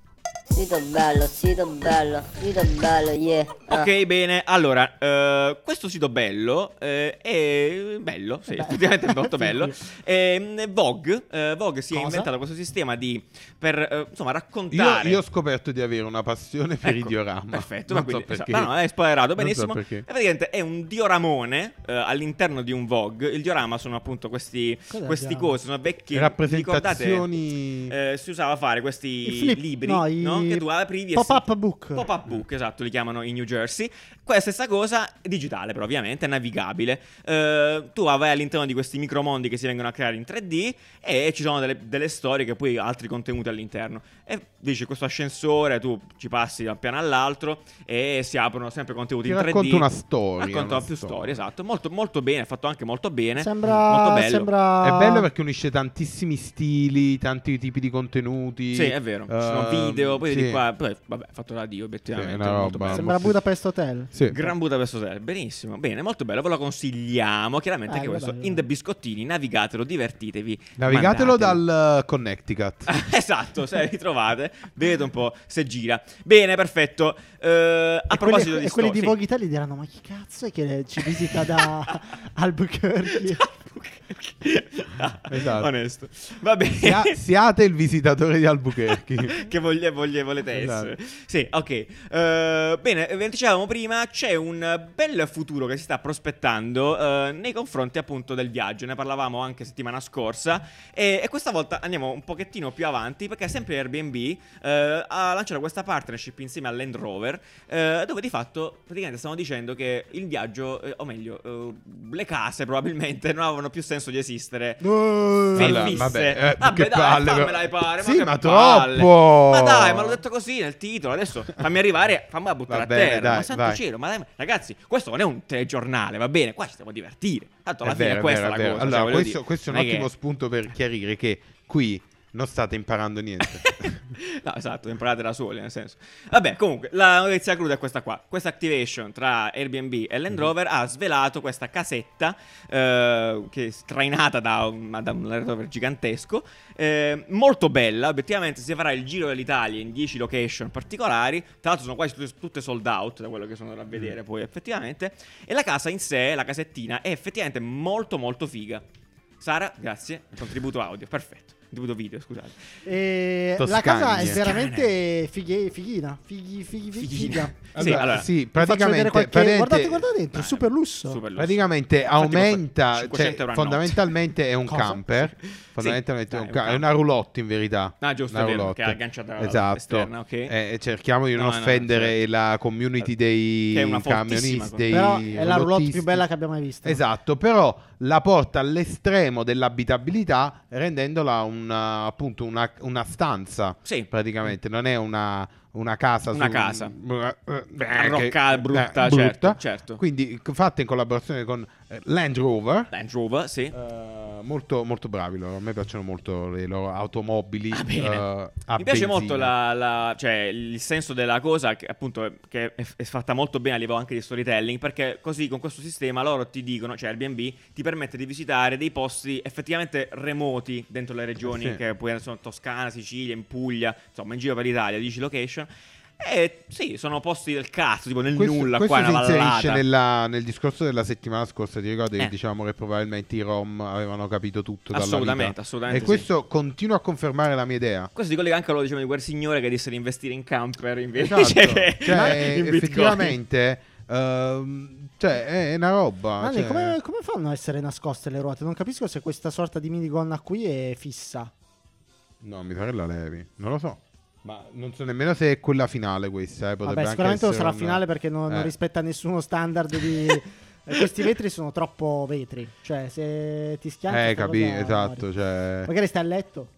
[SPEAKER 5] Sito bello, sito bello, sito bello, yeah.
[SPEAKER 2] Eh.
[SPEAKER 5] Ah.
[SPEAKER 1] Ok, bene. Allora, eh, questo sito bello eh, è bello, sì,
[SPEAKER 4] Beh.
[SPEAKER 1] effettivamente è molto bello. Ehm, Vogue, eh, Vogue si è
[SPEAKER 4] Cosa?
[SPEAKER 1] inventato questo sistema di per eh, insomma
[SPEAKER 2] Io,
[SPEAKER 1] raccontare
[SPEAKER 2] io ho scoperto di avere una passione per
[SPEAKER 1] Ecco,
[SPEAKER 2] i diorama.
[SPEAKER 1] Perfetto,
[SPEAKER 2] non
[SPEAKER 1] ma quindi,
[SPEAKER 2] so perché.
[SPEAKER 1] esatto, no, no, hai spoilerato
[SPEAKER 2] Non so
[SPEAKER 1] benissimo.
[SPEAKER 2] perché.
[SPEAKER 1] E praticamente è un dioramone eh, all'interno di un Vogue. Il diorama sono appunto questi,
[SPEAKER 4] Cos'è il
[SPEAKER 1] questi
[SPEAKER 4] diorama?
[SPEAKER 1] cose, sono vecchi
[SPEAKER 2] Rappresentazioni-
[SPEAKER 1] ricordate, eh, si usava a fare questi
[SPEAKER 4] I flip,
[SPEAKER 1] libri
[SPEAKER 4] no, i
[SPEAKER 1] Che tu aprivi e
[SPEAKER 4] pop-up
[SPEAKER 1] si-
[SPEAKER 4] book.
[SPEAKER 1] Pop-up book, esatto, li chiamano in New Jersey. Quella stessa cosa digitale, però ovviamente, navigabile. Eh, tu vai all'interno di questi micromondi che si vengono a creare in 3D e ci sono delle, delle storie che poi altri contenuti all'interno. E dici questo ascensore, tu ci passi da un piano all'altro e si aprono sempre contenuti
[SPEAKER 2] Ti
[SPEAKER 1] in 3D.
[SPEAKER 2] racconta una storia,
[SPEAKER 1] Racconta
[SPEAKER 2] una
[SPEAKER 1] più
[SPEAKER 2] storia.
[SPEAKER 1] storie, esatto. Molto, molto bene, fatto anche molto bene.
[SPEAKER 4] Sembra,
[SPEAKER 1] eh? molto bello.
[SPEAKER 4] sembra-
[SPEAKER 2] È
[SPEAKER 1] Ah.
[SPEAKER 2] bello perché unisce tantissimi stili, tanti tipi di contenuti.
[SPEAKER 1] Sì, è vero. Ci sono
[SPEAKER 2] Ehm,
[SPEAKER 1] video, poi di
[SPEAKER 2] sì.
[SPEAKER 1] qua. Poi, vabbè, fatto da Dio, obiettivamente.
[SPEAKER 2] Sì, è una
[SPEAKER 1] molto
[SPEAKER 2] roba.
[SPEAKER 1] bello.
[SPEAKER 4] Sembra Budapest Hotel.
[SPEAKER 2] Sì.
[SPEAKER 1] Gran Budapest Hotel, benissimo, bene, molto bello, ve lo consigliamo, chiaramente anche
[SPEAKER 4] Bello,
[SPEAKER 1] questo,
[SPEAKER 4] bello.
[SPEAKER 1] in the biscottini, navigatelo, divertitevi.
[SPEAKER 2] Navigatelo
[SPEAKER 1] mandatelo.
[SPEAKER 2] dal eh, Connecticut.
[SPEAKER 1] esatto, se li trovate, vedete un po' se gira. Bene, perfetto. Eh, a
[SPEAKER 4] e
[SPEAKER 1] proposito
[SPEAKER 4] quelli,
[SPEAKER 1] di
[SPEAKER 4] e quelli di
[SPEAKER 1] storie,
[SPEAKER 4] Vogue Italia diranno: Ma chi cazzo è che ci visita da Albuquerque?
[SPEAKER 2] Esatto.
[SPEAKER 1] Ah, Onesto. Va bene.
[SPEAKER 2] Sia- siate il visitatore di Albuquerque.
[SPEAKER 1] che voglie, voglie- volete
[SPEAKER 2] Esatto.
[SPEAKER 1] essere. Sì, ok. Eh, bene, ve lo dicevamo prima, c'è un bel futuro che si sta prospettando eh, nei confronti appunto del viaggio. Ne parlavamo anche settimana scorsa. E, e questa volta andiamo un pochettino più avanti perché sempre Airbnb eh, ha lanciato questa partnership insieme al Land Rover eh, dove di fatto praticamente stanno dicendo che il viaggio, eh, o meglio, eh, le case probabilmente non avevano più senso di esistere
[SPEAKER 4] Eh,
[SPEAKER 1] Sì,
[SPEAKER 2] Allora,
[SPEAKER 1] visse.
[SPEAKER 2] vabbè, eh,
[SPEAKER 1] vabbè,
[SPEAKER 2] che
[SPEAKER 1] dai,
[SPEAKER 2] palle, però.
[SPEAKER 1] fammela ai pare.
[SPEAKER 2] Sì,
[SPEAKER 1] che
[SPEAKER 2] ma
[SPEAKER 1] palle.
[SPEAKER 2] troppo.
[SPEAKER 1] Ma dai, ma l'ho detto così nel titolo. Adesso fammi arrivare, fammi buttare
[SPEAKER 2] Va
[SPEAKER 1] a
[SPEAKER 2] bene,
[SPEAKER 1] terra. ma
[SPEAKER 2] dai,
[SPEAKER 1] santo
[SPEAKER 2] vai.
[SPEAKER 1] cielo, ma dai, ma- ragazzi, questo non è un telegiornale, va bene? Qua ci stiamo a divertire. Tanto Esatto, alla
[SPEAKER 2] È
[SPEAKER 1] fine
[SPEAKER 2] vero, è
[SPEAKER 1] questa è la
[SPEAKER 2] vero, è vero.
[SPEAKER 1] cosa.
[SPEAKER 2] Allora,
[SPEAKER 1] cioè, voglio
[SPEAKER 2] questo,
[SPEAKER 1] dire,
[SPEAKER 2] questo è un
[SPEAKER 1] non
[SPEAKER 2] ottimo spunto per chiarire che qui non state imparando niente.
[SPEAKER 1] no, esatto, imparate da soli, nel senso. Vabbè, comunque, la notizia cruda è questa qua. Questa activation tra Airbnb e Land Rover ha svelato questa casetta eh, che è trainata da un, da un Land Rover gigantesco, eh, molto bella, obiettivamente si farà il giro dell'Italia in 10 location particolari, tra l'altro sono quasi tutte, tutte sold out da quello che sono andato a vedere poi effettivamente, e la casa in sé, la casettina, è effettivamente molto molto figa. Sara, grazie, contributo audio, perfetto, contributo video, scusate.
[SPEAKER 4] e Eh, la
[SPEAKER 2] Toscane.
[SPEAKER 4] casa è
[SPEAKER 2] Toscane.
[SPEAKER 4] veramente fighe- fighina. Fighi, fighi, figa.
[SPEAKER 1] Sì, allora,
[SPEAKER 2] sì,
[SPEAKER 4] Vi faccio
[SPEAKER 2] praticamente,
[SPEAKER 4] vedere qualche-
[SPEAKER 2] praticamente-
[SPEAKER 4] Guardate, guardate dentro,
[SPEAKER 1] Dai,
[SPEAKER 4] super lusso.
[SPEAKER 1] super lusso.
[SPEAKER 2] praticamente aumenta,
[SPEAKER 1] 500
[SPEAKER 2] cioè,
[SPEAKER 1] euro a notte.
[SPEAKER 2] fondamentalmente è un
[SPEAKER 4] Cosa?
[SPEAKER 2] camper, fondamentalmente
[SPEAKER 1] dai,
[SPEAKER 2] è,
[SPEAKER 1] un
[SPEAKER 2] un ca- è
[SPEAKER 1] camper.
[SPEAKER 2] una roulotte in verità.
[SPEAKER 1] Ah, giusto,
[SPEAKER 2] una
[SPEAKER 1] è vero,
[SPEAKER 2] roulotte.
[SPEAKER 1] che è agganciata alla-
[SPEAKER 2] esatto.
[SPEAKER 1] esterna, ok.
[SPEAKER 2] Eh, e cerchiamo di non
[SPEAKER 1] No, no,
[SPEAKER 2] offendere
[SPEAKER 1] certo.
[SPEAKER 2] la community dei
[SPEAKER 1] Che è una fortissima
[SPEAKER 2] camionisti,
[SPEAKER 1] cosa.
[SPEAKER 2] dei
[SPEAKER 4] Però è la roulotte più
[SPEAKER 2] rolottisti.
[SPEAKER 4] bella che abbiamo mai visto.
[SPEAKER 2] Esatto, però la porta all'estremo dell'abitabilità rendendola una, appunto una, una stanza.
[SPEAKER 1] Sì.
[SPEAKER 2] Praticamente non è una, una casa.
[SPEAKER 1] Una
[SPEAKER 2] su-
[SPEAKER 1] casa.
[SPEAKER 2] Eh,
[SPEAKER 1] Arroccata,
[SPEAKER 2] che-
[SPEAKER 1] brutta,
[SPEAKER 2] eh,
[SPEAKER 1] certo, certo.
[SPEAKER 2] Quindi c- fatta in collaborazione con eh, Land Rover.
[SPEAKER 1] Land Rover, sì.
[SPEAKER 2] Eh, molto, molto bravi loro. A me piacciono molto le loro automobili.
[SPEAKER 1] Ah, bene.
[SPEAKER 2] eh, a
[SPEAKER 1] Mi piace
[SPEAKER 2] benzina.
[SPEAKER 1] molto la- la- cioè, il senso della cosa, che, appunto, che è, è fatta molto bene a livello anche di storytelling, perché così con questo sistema loro ti dicono, cioè Airbnb ti permette di visitare dei posti effettivamente remoti dentro le regioni,
[SPEAKER 2] Eh sì.
[SPEAKER 1] che poi sono Toscana, Sicilia, in Puglia, insomma in giro per l'Italia, 10 location. E sì, sono posti del cazzo, tipo nel
[SPEAKER 2] Questo,
[SPEAKER 1] nulla,
[SPEAKER 2] questo
[SPEAKER 1] qua in
[SPEAKER 2] si
[SPEAKER 1] una
[SPEAKER 2] inserisce
[SPEAKER 1] vallata.
[SPEAKER 2] nella- nel discorso della settimana scorsa. Ti ricordi
[SPEAKER 1] Eh.
[SPEAKER 2] che dicevamo che probabilmente i Rom avevano capito tutto dalla
[SPEAKER 1] Assolutamente,
[SPEAKER 2] vita.
[SPEAKER 1] assolutamente
[SPEAKER 2] E
[SPEAKER 1] sì.
[SPEAKER 2] questo continua a confermare la mia idea.
[SPEAKER 1] Questo si collega anche a quello diciamo, di quel signore che disse di investire in camper invece
[SPEAKER 2] Esatto.
[SPEAKER 1] che
[SPEAKER 2] Cioè,
[SPEAKER 1] in Bitcoin.
[SPEAKER 2] effettivamente, ehm, cioè, è una roba.
[SPEAKER 4] Nanni,
[SPEAKER 2] cioè-
[SPEAKER 4] come, come fanno a essere nascoste le ruote? Non capisco se questa sorta di minigonna qui è fissa.
[SPEAKER 2] No, mi pare la levi. Non lo so. Ma non so nemmeno se è quella finale questa. eh, potrebbe
[SPEAKER 4] Vabbè,
[SPEAKER 2] anche
[SPEAKER 4] sicuramente lo
[SPEAKER 2] essere
[SPEAKER 4] sarà
[SPEAKER 2] un-
[SPEAKER 4] finale perché non, non
[SPEAKER 2] eh.
[SPEAKER 4] rispetta nessuno standard di... eh, Questi vetri sono troppo vetri. Cioè, se ti schianti...
[SPEAKER 2] Eh,
[SPEAKER 4] sta
[SPEAKER 2] capì,
[SPEAKER 4] cosa
[SPEAKER 2] esatto.
[SPEAKER 4] muori.
[SPEAKER 2] Cioè...
[SPEAKER 4] Magari stai a letto.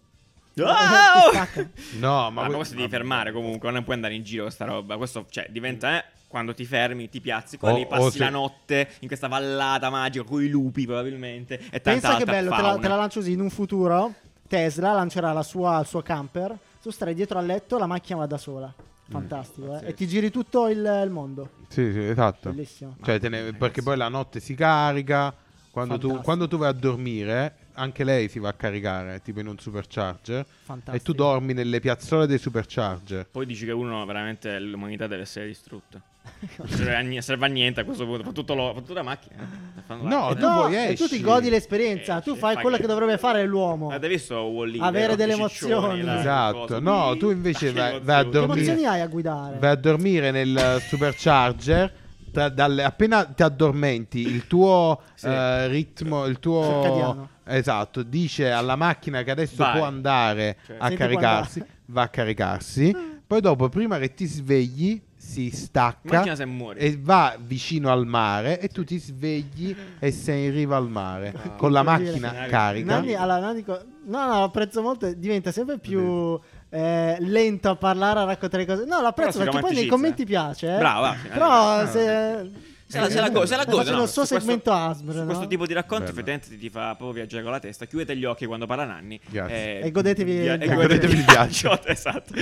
[SPEAKER 1] Ah, oh!
[SPEAKER 4] Ti stacca.
[SPEAKER 2] No,
[SPEAKER 1] Ma,
[SPEAKER 2] ma, que-
[SPEAKER 1] questo devi
[SPEAKER 2] ma-
[SPEAKER 1] fermare comunque, non puoi andare in giro questa roba. Questo, cioè, diventa, eh, quando ti fermi, ti piazzi, qua
[SPEAKER 2] O-
[SPEAKER 1] lì,
[SPEAKER 2] o
[SPEAKER 1] passi
[SPEAKER 2] se-
[SPEAKER 1] la notte in questa vallata magica con i lupi probabilmente e tanta
[SPEAKER 4] Pensa che
[SPEAKER 1] altra
[SPEAKER 4] bello, te la,
[SPEAKER 1] fauna.
[SPEAKER 4] te la lancio così in un futuro. Tesla lancerà la sua, il suo camper. Tu starai dietro al letto, la macchina va da sola. Fantastico, eh?
[SPEAKER 1] pazzesco.
[SPEAKER 4] E ti giri tutto il, il mondo.
[SPEAKER 2] Sì, sì, esatto.
[SPEAKER 4] Bellissimo.
[SPEAKER 2] Cioè, te ne- perché poi la notte si carica. Quando tu,
[SPEAKER 4] Fantastico.
[SPEAKER 2] quando tu vai a dormire, anche lei si va a caricare, tipo in un supercharger.
[SPEAKER 4] Fantastico.
[SPEAKER 2] E tu dormi nelle piazzole dei supercharger.
[SPEAKER 1] Poi dici che uno, veramente, l'umanità deve essere distrutta. non serve a, ni- serve a niente a questo punto, fa tutto, lo- fa tutta la macchina. eh. Fanno la-
[SPEAKER 2] No,
[SPEAKER 1] eh,
[SPEAKER 2] tu
[SPEAKER 4] No,
[SPEAKER 2] poi
[SPEAKER 4] e tu ti
[SPEAKER 2] esci.
[SPEAKER 4] godi l'esperienza. tu
[SPEAKER 1] Esci,
[SPEAKER 4] fai
[SPEAKER 1] fai
[SPEAKER 4] quello
[SPEAKER 1] che-
[SPEAKER 4] che dovrebbe fare l'uomo.
[SPEAKER 1] Avete visto Wall-E?
[SPEAKER 4] Avere
[SPEAKER 1] vero?
[SPEAKER 4] delle
[SPEAKER 1] I ciccioni,
[SPEAKER 4] emozioni.
[SPEAKER 1] la-
[SPEAKER 2] Esatto.
[SPEAKER 1] cosa-
[SPEAKER 2] No, tu invece
[SPEAKER 1] Che
[SPEAKER 2] vai-
[SPEAKER 1] emozioni.
[SPEAKER 2] vai a
[SPEAKER 4] Che
[SPEAKER 2] dormire.
[SPEAKER 4] emozioni hai a guidare?
[SPEAKER 2] Vai a dormire nel supercharger. tra- dalle- appena ti addormenti, il tuo
[SPEAKER 1] Sì.
[SPEAKER 2] eh, ritmo, il tuo
[SPEAKER 4] Circadiano.
[SPEAKER 2] esatto, dice alla macchina che adesso
[SPEAKER 1] Vai.
[SPEAKER 2] può andare
[SPEAKER 1] Cioè.
[SPEAKER 2] a
[SPEAKER 4] Senti, può
[SPEAKER 2] caricarsi, va a caricarsi. Poi dopo, prima che ti svegli,
[SPEAKER 1] In
[SPEAKER 2] si
[SPEAKER 1] macchina
[SPEAKER 2] stacca
[SPEAKER 1] se muori.
[SPEAKER 2] e va vicino al mare e tu ti svegli e sei in riva al mare
[SPEAKER 1] Ah.
[SPEAKER 2] con la
[SPEAKER 4] Che dire.
[SPEAKER 2] macchina carica.
[SPEAKER 4] Nanni, allora, Nanni co- no, no, lo apprezzo molto. Diventa sempre più eh, lento a parlare, a raccontare le cose. No, lo apprezzo
[SPEAKER 1] Però si
[SPEAKER 4] perché poi nei
[SPEAKER 1] romanticizza.
[SPEAKER 4] commenti piace. Eh.
[SPEAKER 1] Bravo, bravo, sì,
[SPEAKER 4] Però
[SPEAKER 1] eh,
[SPEAKER 4] se.
[SPEAKER 1] Se la, se la, go- se la
[SPEAKER 4] sta
[SPEAKER 1] gode,
[SPEAKER 4] facendo
[SPEAKER 1] no,
[SPEAKER 4] il suo
[SPEAKER 1] su questo-
[SPEAKER 4] segmento ASMR.
[SPEAKER 1] su
[SPEAKER 4] no?
[SPEAKER 1] questo tipo di racconti
[SPEAKER 2] Bello.
[SPEAKER 1] effettivamente ti fa proprio viaggiare con la testa chiudete gli occhi quando parla Nanni
[SPEAKER 2] Grazie.
[SPEAKER 1] eh,
[SPEAKER 4] E godetevi il
[SPEAKER 1] via-
[SPEAKER 4] viaggio.
[SPEAKER 2] Godetevi il viaggio.
[SPEAKER 1] esatto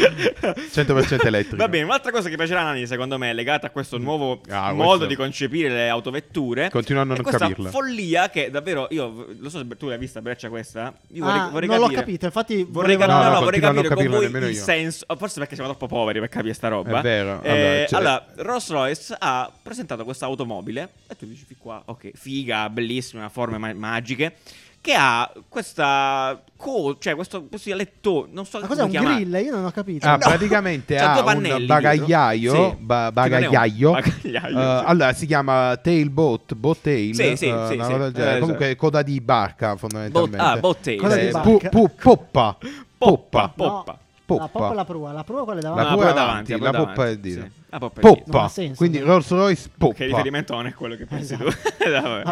[SPEAKER 2] 100% elettrico.
[SPEAKER 1] va bene un'altra cosa che piacerà a Nanni secondo me è legata a questo nuovo
[SPEAKER 2] Ah,
[SPEAKER 1] modo
[SPEAKER 2] questo-
[SPEAKER 1] di concepire le autovetture
[SPEAKER 2] Continuo a non
[SPEAKER 1] è questa
[SPEAKER 2] capirla.
[SPEAKER 1] follia che davvero io v- lo so se tu l'hai vista Breccia questa io vorrei,
[SPEAKER 4] Ah,
[SPEAKER 1] vorrei
[SPEAKER 4] non l'ho
[SPEAKER 1] capire
[SPEAKER 4] capito, infatti
[SPEAKER 1] Vorrei,
[SPEAKER 4] volevo-
[SPEAKER 1] cap-
[SPEAKER 2] No,
[SPEAKER 1] no,
[SPEAKER 2] no,
[SPEAKER 1] no,
[SPEAKER 2] continuo
[SPEAKER 1] vorrei
[SPEAKER 2] a non
[SPEAKER 1] capire con
[SPEAKER 2] capirlo
[SPEAKER 1] voi
[SPEAKER 2] nemmeno
[SPEAKER 1] il
[SPEAKER 2] io.
[SPEAKER 1] senso. oh, Forse perché siamo troppo poveri per capire sta roba.
[SPEAKER 2] È vero,
[SPEAKER 1] Eh,
[SPEAKER 2] allora, cioè-
[SPEAKER 1] allora, Rolls Royce ha presentato questa automobile. E tu dici, "Fin qua, ok, figa, bellissima, forme ma- magiche. Che ha questa. Co- cioè, questo. Questo letto. Non so come
[SPEAKER 4] Ma cos'è un
[SPEAKER 1] chiamare.
[SPEAKER 4] grill? Io non ho capito.
[SPEAKER 2] Ah,
[SPEAKER 1] No.
[SPEAKER 2] praticamente
[SPEAKER 1] C'ha due
[SPEAKER 2] ha
[SPEAKER 1] pannelli
[SPEAKER 2] un bagagliaio.
[SPEAKER 1] dietro. Sì.
[SPEAKER 2] ba-
[SPEAKER 1] Tipo neon.
[SPEAKER 2] bagagliaio.
[SPEAKER 1] Bagagliaio,
[SPEAKER 2] Eh,
[SPEAKER 1] sì.
[SPEAKER 2] Allora si chiama tailboat, boat tail.
[SPEAKER 1] Sì, sì,
[SPEAKER 2] eh,
[SPEAKER 1] sì,
[SPEAKER 2] una
[SPEAKER 1] sì.
[SPEAKER 2] roba del genere.
[SPEAKER 1] Eh,
[SPEAKER 2] Comunque coda di barca fondamentalmente.
[SPEAKER 1] Boat- ah, boat tail.
[SPEAKER 4] Coda di
[SPEAKER 2] Eh,
[SPEAKER 4] barca.
[SPEAKER 2] pu- pu- poppa.
[SPEAKER 1] Poppa,
[SPEAKER 2] Poppa.
[SPEAKER 4] No,
[SPEAKER 1] poppa.
[SPEAKER 4] La poppa e la prua. La prua quella è
[SPEAKER 2] La
[SPEAKER 4] davanti.
[SPEAKER 1] No,
[SPEAKER 2] poppa
[SPEAKER 1] poi
[SPEAKER 2] è
[SPEAKER 1] davanti,
[SPEAKER 2] davanti,
[SPEAKER 1] poi
[SPEAKER 2] la
[SPEAKER 1] davanti,
[SPEAKER 2] poppa è dietro.
[SPEAKER 1] sì. La poppa è dietro.
[SPEAKER 2] Poppa.
[SPEAKER 4] Non ha senso,
[SPEAKER 2] Quindi
[SPEAKER 4] no?
[SPEAKER 2] Rolls Royce
[SPEAKER 1] Che
[SPEAKER 2] poppa.
[SPEAKER 1] riferimento è quello che pensi tu.
[SPEAKER 4] Esatto.
[SPEAKER 1] Vabbè.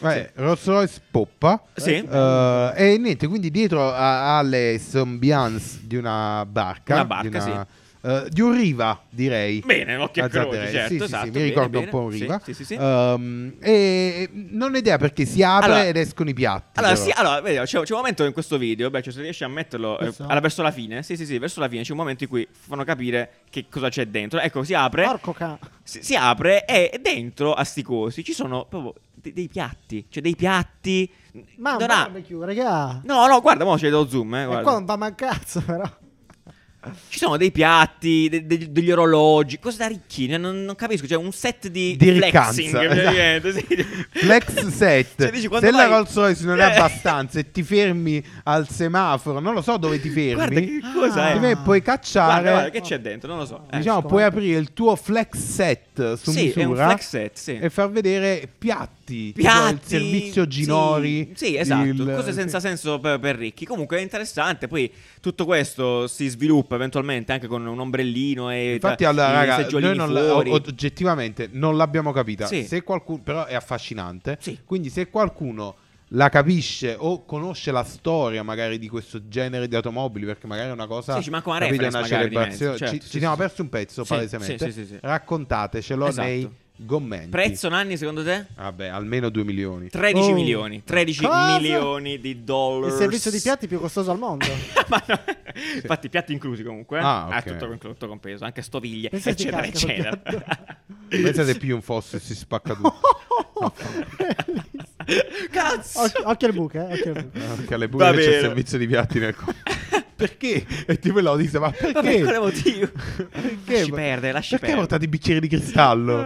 [SPEAKER 4] Vabbè.
[SPEAKER 2] Eh, Rolls Royce poppa.
[SPEAKER 1] Sì.
[SPEAKER 2] Eh, e niente, quindi dietro ha, ha le sembianze di una barca.
[SPEAKER 1] Una barca,
[SPEAKER 2] di,
[SPEAKER 1] sì.
[SPEAKER 2] eh, di un riva, direi.
[SPEAKER 1] Bene, occhio e
[SPEAKER 2] Azzarderei.
[SPEAKER 1] croce,
[SPEAKER 2] Sì,
[SPEAKER 1] certo,
[SPEAKER 2] sì, sì,
[SPEAKER 1] esatto,
[SPEAKER 2] mi
[SPEAKER 1] bene,
[SPEAKER 2] ricordo
[SPEAKER 1] bene.
[SPEAKER 2] un po' un
[SPEAKER 1] Sì,
[SPEAKER 2] riva.
[SPEAKER 1] sì, sì, sì.
[SPEAKER 2] Ehm, e non ho idea perché si apre
[SPEAKER 1] Allora-
[SPEAKER 2] ed escono i piatti.
[SPEAKER 1] Allora,
[SPEAKER 2] però.
[SPEAKER 1] sì, allora vediamo, c'è, c'è un momento in questo video, beh, cioè, se riesci a metterlo eh,
[SPEAKER 4] Questo?
[SPEAKER 1] alla- verso la fine, sì, sì, sì, verso la fine c'è un momento in cui fanno capire che cosa c'è dentro. Ecco, si apre,
[SPEAKER 4] Porco ca.
[SPEAKER 1] si, si apre e dentro a sti cosi ci sono proprio de- dei piatti, cioè dei piatti.
[SPEAKER 4] Ma un
[SPEAKER 1] non ha-
[SPEAKER 4] barbecue, raga.
[SPEAKER 1] No, no, guarda, mo c'è lo zoom, eh,
[SPEAKER 4] E
[SPEAKER 1] guarda.
[SPEAKER 4] qua non va ma un cazzo, però.
[SPEAKER 1] Ci sono dei piatti, de- de- degli orologi, cose da ricchi, ne- non, non capisco, cioè un set di,
[SPEAKER 2] Di
[SPEAKER 1] flexing,
[SPEAKER 2] riccanza, esatto.
[SPEAKER 1] praticamente, sì.
[SPEAKER 2] Flex set.
[SPEAKER 1] Cioè, dici, quando
[SPEAKER 2] Se la
[SPEAKER 1] vai-
[SPEAKER 2] Rolls Royce non è
[SPEAKER 1] Eh.
[SPEAKER 2] abbastanza e ti fermi al semaforo, non lo so dove ti
[SPEAKER 1] Guarda che
[SPEAKER 2] fermi.
[SPEAKER 1] cosa è.
[SPEAKER 2] Ti
[SPEAKER 4] Ah.
[SPEAKER 2] me- puoi
[SPEAKER 1] Guarda,
[SPEAKER 2] cacciare.
[SPEAKER 1] guarda, che c'è dentro, non lo so. Eh.
[SPEAKER 2] Diciamo,
[SPEAKER 4] Esco,
[SPEAKER 2] puoi
[SPEAKER 4] eh.
[SPEAKER 2] aprire il tuo flex set su
[SPEAKER 1] Sì, è un
[SPEAKER 2] misura
[SPEAKER 1] flex set, sì.
[SPEAKER 2] e far vedere piatti, tipo
[SPEAKER 1] piatti,
[SPEAKER 2] il servizio
[SPEAKER 1] sì,
[SPEAKER 2] Ginori.
[SPEAKER 1] Sì, esatto,
[SPEAKER 2] il-
[SPEAKER 1] cose senza
[SPEAKER 2] sì.
[SPEAKER 1] senso per, per ricchi. Comunque è interessante, poi tutto questo si sviluppa eventualmente anche con un ombrellino e
[SPEAKER 2] Infatti,
[SPEAKER 1] tra-
[SPEAKER 2] allora,
[SPEAKER 1] i
[SPEAKER 2] raga, noi
[SPEAKER 1] seggiolini
[SPEAKER 2] non la-
[SPEAKER 1] fuori.
[SPEAKER 2] o- oggettivamente non l'abbiamo capita.
[SPEAKER 1] Sì.
[SPEAKER 2] Se qualcuno, però è affascinante.
[SPEAKER 1] Sì.
[SPEAKER 2] Quindi, se qualcuno la capisce o conosce la storia magari di questo genere di automobili, perché magari è una cosa
[SPEAKER 1] Sì, ci manca una
[SPEAKER 2] capite,
[SPEAKER 1] reference magari di mezzo,
[SPEAKER 2] ci,
[SPEAKER 1] certo,
[SPEAKER 2] ci
[SPEAKER 1] sì,
[SPEAKER 2] siamo
[SPEAKER 1] sì.
[SPEAKER 2] persi un pezzo
[SPEAKER 1] Sì,
[SPEAKER 2] palesemente.
[SPEAKER 1] sì, sì, sì, sì.
[SPEAKER 2] Raccontatecelo
[SPEAKER 1] Esatto.
[SPEAKER 2] nei commenti.
[SPEAKER 1] Prezzo Nanni secondo te?
[SPEAKER 2] Vabbè, almeno 2 milioni.
[SPEAKER 1] 13
[SPEAKER 4] Oh.
[SPEAKER 1] milioni, 13
[SPEAKER 4] Cosa?
[SPEAKER 1] milioni di dollari.
[SPEAKER 4] Il servizio di piatti più costoso al mondo.
[SPEAKER 1] Ma no, Infatti, piatti inclusi comunque. eh.
[SPEAKER 2] Ah, ok.
[SPEAKER 1] tutto, con- tutto compreso, anche stoviglie,
[SPEAKER 4] Pensa ti
[SPEAKER 1] eccetera,
[SPEAKER 4] casca col
[SPEAKER 1] eccetera.
[SPEAKER 2] Pensate se più un fosso e si spacca tutto.
[SPEAKER 1] Cazzo!
[SPEAKER 4] Occhio, occhio al buco, eh. Occhio al buco.
[SPEAKER 2] Anche Ah, alle
[SPEAKER 1] Va
[SPEAKER 2] pure c'è
[SPEAKER 1] bene.
[SPEAKER 2] il servizio di piatti nel co- Perché? E tipo la dice, ma perché?
[SPEAKER 1] Ma per quale motivo?
[SPEAKER 2] Perché?
[SPEAKER 1] Lasci perdere, lasci
[SPEAKER 2] perché
[SPEAKER 1] perdere.
[SPEAKER 2] portate i bicchieri di cristallo?